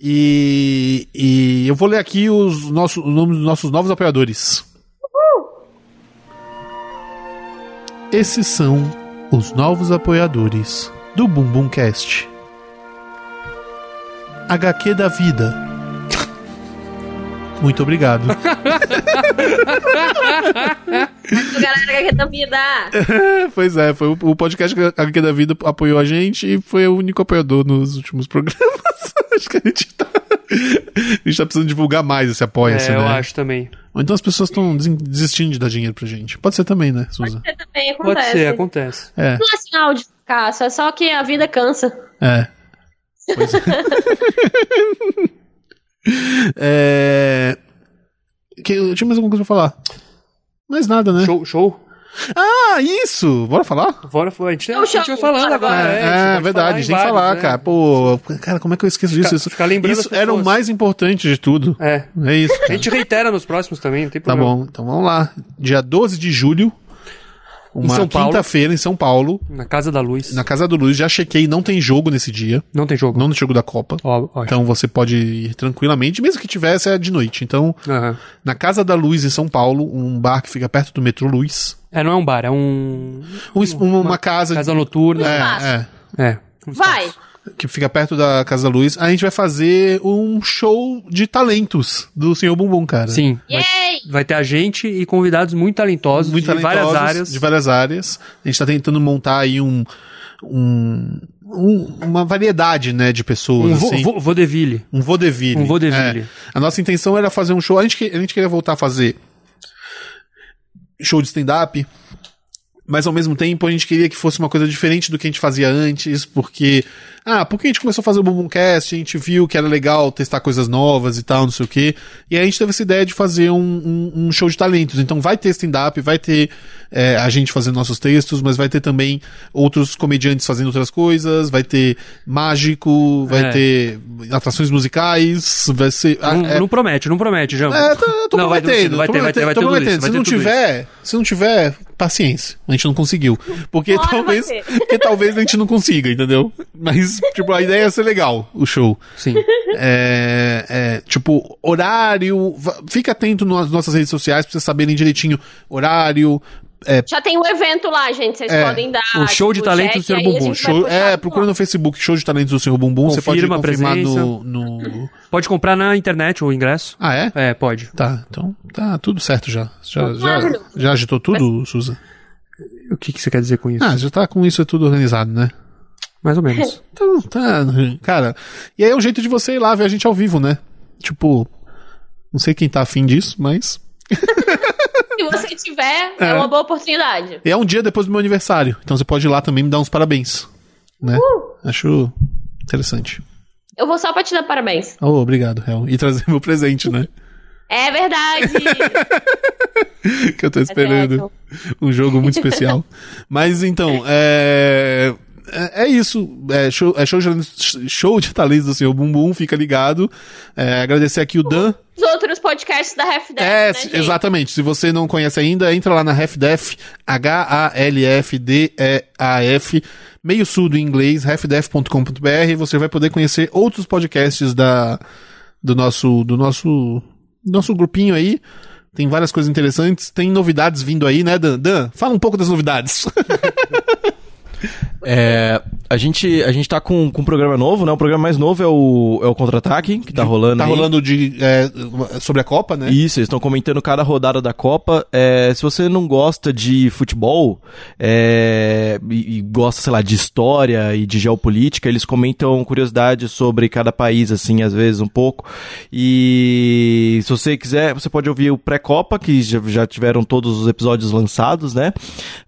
S1: E, e eu vou ler aqui os nossos, os nomes dos nossos novos apoiadores. Esses são os novos apoiadores do Bumbumcast. HQ da Vida. Muito obrigado.
S2: Galera, que é da vida.
S1: pois é, foi o, o podcast que a HQ da Vida apoiou a gente e foi o único apoiador nos últimos programas. Acho que a gente tá. A gente tá precisando divulgar mais esse apoia-se,
S3: É,
S1: né?
S3: eu acho também.
S1: Ou então as pessoas estão desistindo de dar dinheiro pra gente. Pode ser também, né, Suza?
S2: Você também
S3: Pode
S2: acontece.
S3: ser, acontece.
S1: É,
S2: Não é sinal de fracasso, é só que a vida cansa.
S1: é. Pois é. É, que- eu tinha mais alguma coisa pra falar. Mais nada, né?
S3: Show, show?
S1: Ah, isso! Bora falar?
S3: Bora, foi. A gente,
S2: Não,
S3: a
S2: show.
S3: gente vai falando
S2: Bora,
S3: agora.
S2: bora.
S3: É, a gente
S1: é,
S3: pode
S1: verdade, a
S3: falar em
S1: gente tem que falar,
S3: vários, né?
S1: cara. Pô, cara, como é que eu esqueço disso?
S3: Ficar-
S1: Isso,
S3: ficar lembrando
S1: isso
S3: as pessoas.
S1: era o mais importante de tudo.
S3: É.
S1: É isso.
S3: A
S1: Cara.
S3: gente reitera nos próximos também, não tem
S1: Tá
S3: problema.
S1: bom, então vamos lá. Dia 12 de julho, uma
S3: São Paulo.
S1: quinta-feira em São Paulo,
S3: Na Casa da Luz.
S1: na Casa do Luiz. Já chequei, não tem jogo nesse dia.
S3: Não tem jogo.
S1: Não no jogo da Copa.
S3: Ó, ó.
S1: Então você pode ir tranquilamente, mesmo que tivesse, é de noite. Então,
S3: Aham.
S1: na Casa da Luz, em São Paulo, um bar que fica perto do metrô Luz.
S3: É, não é um bar, é um.
S1: Um es- uma, uma casa.
S3: Casa noturna.
S1: é,
S3: É. Um
S2: Vai!
S3: espaço.
S1: é, que fica perto da Casa da Luz. A gente vai fazer um show de talentos do Senhor Bumbum, cara.
S3: Sim. Vai,
S2: Yay!
S3: vai ter a gente e convidados muito talentosos
S1: Muito
S3: de
S1: talentosos,
S3: várias áreas.
S1: De várias áreas. A gente tá tentando montar aí um. um- um- uma variedade, né, de pessoas.
S3: Um vo
S1: assim.
S3: vo- vaudeville.
S1: Um vaudeville.
S3: Um vaudeville.
S1: É. A nossa intenção era fazer um show. A gente, que- a gente queria voltar a fazer show de stand-up. Mas ao mesmo tempo a gente queria que fosse uma coisa diferente do que a gente fazia antes, porque. Ah, porque a gente começou a fazer o Bumbumcast, a gente viu que era legal testar coisas novas e tal, não sei o quê. E aí a gente teve essa ideia de fazer um, um- um show de talentos. Então vai ter stand-up, vai ter é, a gente fazendo nossos textos, mas vai ter também outros comediantes fazendo outras coisas, vai ter mágico, vai
S3: É. Um
S1: ter atrações musicais, vai ser. ah,
S3: não,
S1: é,
S3: não promete, não promete, Jambo.
S1: é, tô, tô
S3: Não, vai ter
S1: prometendo.
S3: tudo, vai
S1: tô
S3: ter, vai ter, vai
S1: tô
S3: ter tudo
S1: prometendo.
S3: isso, vai
S1: se
S3: ter
S1: não
S3: tudo
S1: tiver, se não tiver, paciência. A gente não conseguiu. Porque
S2: Uma hora
S1: talvez,
S2: vai ter.
S1: porque talvez a gente não consiga, entendeu? Mas tipo, a ideia é ser legal, o show.
S3: Sim.
S1: É, é, tipo, horário, va- fica atento nas nossas redes sociais pra vocês saberem direitinho horário,
S2: Já tem um evento lá, gente. Vocês
S1: É,
S2: podem dar.
S3: o show de
S2: tipo,
S3: talento
S2: check,
S3: do Sr.
S2: aí a
S3: Bumbum,
S2: gente vai
S1: show,
S2: puxar
S1: é,
S2: no
S1: procura
S2: bloco.
S1: no Facebook Show de Talentos do Senhor Bumbum, você pode
S3: Confirma a
S1: confirmar
S3: presença.
S1: no, no-
S3: Pode comprar na internet o ingresso?
S1: Ah, é?
S3: É, pode.
S1: Tá, então tá tudo certo já. Já, já, já agitou tudo, Suza?
S3: O que, que você quer dizer com isso?
S1: Ah, já tá com isso tudo organizado, né?
S3: Mais ou menos.
S1: Então, tá, cara. E aí é um jeito de você ir lá ver a gente ao vivo, né? Tipo, não sei quem tá afim disso, mas.
S2: Se você tiver, é. uma boa oportunidade.
S1: E é um dia depois do meu aniversário, então você pode ir lá também me dar uns parabéns, né? Acho interessante.
S2: Eu vou só pra te dar parabéns.
S1: Oh, obrigado, Hel. E trazer meu presente, né?
S2: É verdade!
S1: que eu tô
S2: é
S1: esperando. um jogo muito especial. Mas então, é. É é isso. É show, é show, de, show de talentos do senhor Bumbum, fica ligado. É, agradecer aqui o Dan.
S2: Os outros podcasts da Half Death,
S1: É,
S2: né,
S1: se-
S2: gente?
S1: exatamente. Se você não conhece ainda, entra lá na Half-Def, H-A-L-F-D-E-A-F, meio surdo em inglês, halfdef.com.br, e você vai poder conhecer outros podcasts da, do nosso, do nosso, nosso grupinho aí. Tem várias coisas interessantes, tem novidades vindo aí, né, Dan? Dan, fala um pouco das novidades.
S5: É, a, gente, a gente tá com, com um programa novo, né? O programa mais novo é o, é o Contra-Ataque, que tá rolando
S1: tá
S5: aí.
S1: rolando de, é, sobre a Copa, né?
S5: Isso, eles estão comentando cada rodada da Copa. É, se você não gosta de futebol é, e, e gosta, sei lá, de história e de geopolítica, eles comentam curiosidades sobre cada país, assim, às vezes um pouco. E se você quiser, você pode ouvir o pré-Copa, que já, já tiveram todos os episódios lançados, né?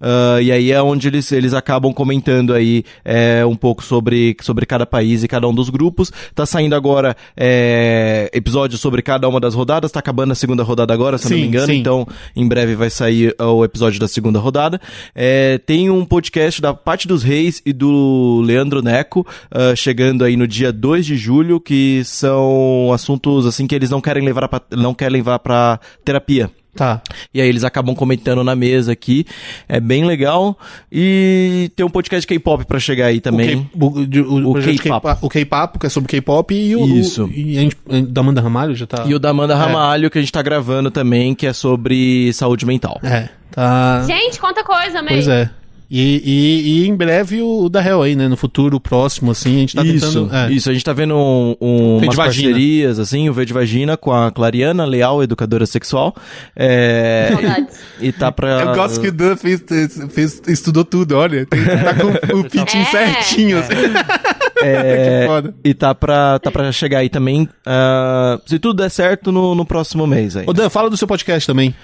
S5: Ah, e aí é onde eles, eles acabam comentando aí é, é, um pouco sobre, sobre cada país e cada um dos grupos. Tá saindo agora é, episódio sobre cada uma das rodadas, tá acabando a segunda rodada agora, se eu não
S1: Sim,
S5: me engano,
S1: sim.
S5: então em breve vai sair ó, o episódio da segunda rodada. É, tem um podcast da Parte dos Reis e do Leandro Neco, ah, chegando aí no dia 2 de julho, que são assuntos assim que eles não querem levar pra, não querem levar pra terapia.
S1: Tá.
S5: E aí eles acabam comentando na mesa aqui. É bem legal. E tem um podcast K-pop pra chegar aí também.
S1: O K- o- de- o
S5: O
S1: projeto
S5: K-papo.
S1: K-pa- O K-Papo, que é sobre K-pop, e o.
S5: Isso.
S1: o- E a gente, a- da Amanda Ramalho já tá.
S5: E o da Amanda Ramalho, que a gente tá gravando também, que é sobre saúde mental.
S1: É, tá.
S2: Gente, quanta coisa, man.
S1: Pois é. E, e, e em breve o, o da Hell aí, né? No futuro próximo, assim, a gente tá
S5: isso,
S1: tentando. é.
S5: isso. A gente tá vendo um, um,
S1: Verde
S5: umas
S1: vagina.
S5: parcerias, assim, o V de Vagina com a Clariana Leal, educadora sexual. É,
S2: Saudades.
S5: e, e tá pra...
S1: Eu gosto que o Dan fez, fez- estudou tudo, olha. Tem- Tá com o pitching
S2: É.
S1: certinho, assim.
S5: É,
S1: Que foda.
S5: E tá pra, tá pra chegar aí também, ah, se tudo der certo, no, no próximo mês aí.
S1: Ô Dan, fala do seu podcast também.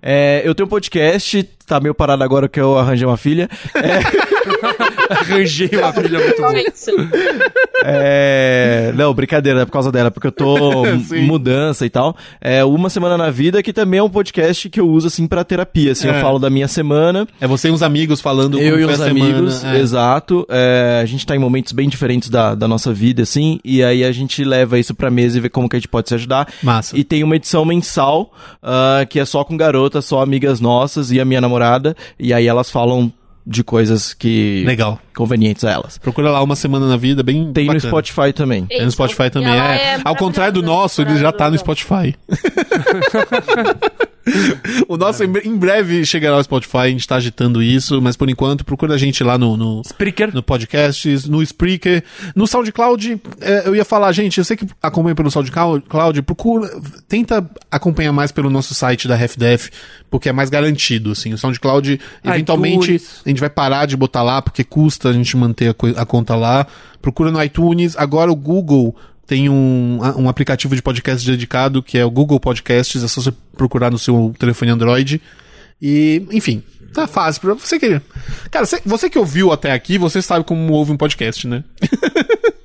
S5: É, eu tenho um podcast, tá meio parado agora que eu arranjei uma filha. É,
S3: Arranjei uma filha muito boa.
S2: Isso.
S5: É, não, brincadeira, é por causa dela, porque eu tô
S1: Sim.
S5: mudança e tal. É Uma Semana na Vida, que também é um podcast que eu uso assim pra terapia, assim,
S1: É.
S5: eu falo da minha semana.
S1: É você e uns amigos falando
S5: eu
S1: como foi
S5: e uns
S1: a semana,
S5: amigos,
S1: é.
S5: exato. É, a gente tá em momentos bem diferentes da, da nossa vida, assim, e aí a gente leva isso pra mesa e vê como que a gente pode se ajudar.
S1: Massa.
S5: E tem uma edição mensal ah, que é só com garotas, só amigas nossas e a minha namorada. E aí elas falam de coisas que.
S1: Legal.
S5: convenientes a elas.
S1: Procura lá uma semana na vida, bem.
S5: Tem
S1: bacana.
S5: no Spotify também.
S1: Tem no Spotify também,
S2: E ela
S1: é.
S2: é
S1: Ao contrário do nosso, ele já tá no Spotify. o nosso em bre- em breve chegará ao Spotify, a gente tá agitando isso, mas por enquanto procura a gente lá no, no,
S3: Spreaker.
S1: no podcasts, no Spreaker, no SoundCloud, eh, eu ia falar, gente, eu sei que acompanha pelo SoundCloud, procura, tenta acompanhar mais pelo nosso site da RefDef, porque é mais garantido, assim, o SoundCloud, eventualmente,
S3: iTunes.
S1: a gente vai parar de botar lá, porque custa a gente manter a, coi- a conta lá, procura no iTunes, agora o Google tem um, a- um aplicativo de podcast dedicado, que é o Google Podcasts, é só você procurar no seu telefone Android, e, enfim, tá fácil. Pra você que. Cara, você, você que ouviu até aqui, você sabe como ouve um podcast, né?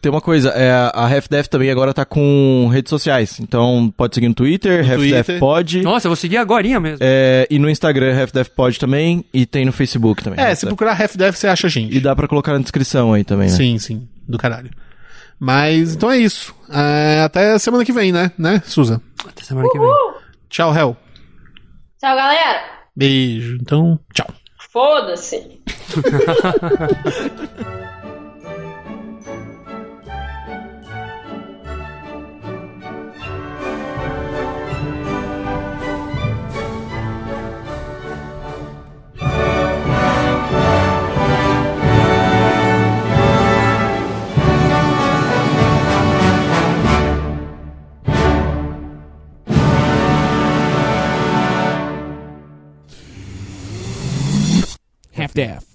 S5: Tem uma coisa, é, a HalfDef também agora tá com redes sociais. Então pode seguir no Twitter,
S1: Twitter.
S5: HalfDefPod.
S3: Nossa, eu vou seguir agorinha mesmo.
S5: É, e no Instagram, HalfDefPod também. E tem no Facebook também.
S1: É,
S5: Half
S1: se
S5: Def.
S1: procurar Half Death, você acha a gente.
S5: E dá pra colocar na descrição aí também, né?
S1: Sim, sim. Do caralho. Mas, então é isso. É, até semana que vem, né? Né, Suza?
S3: Até semana que vem.
S1: Tchau, Hel.
S2: Tchau, galera.
S1: Beijo. Então, tchau.
S2: Foda-se.
S6: half deaf.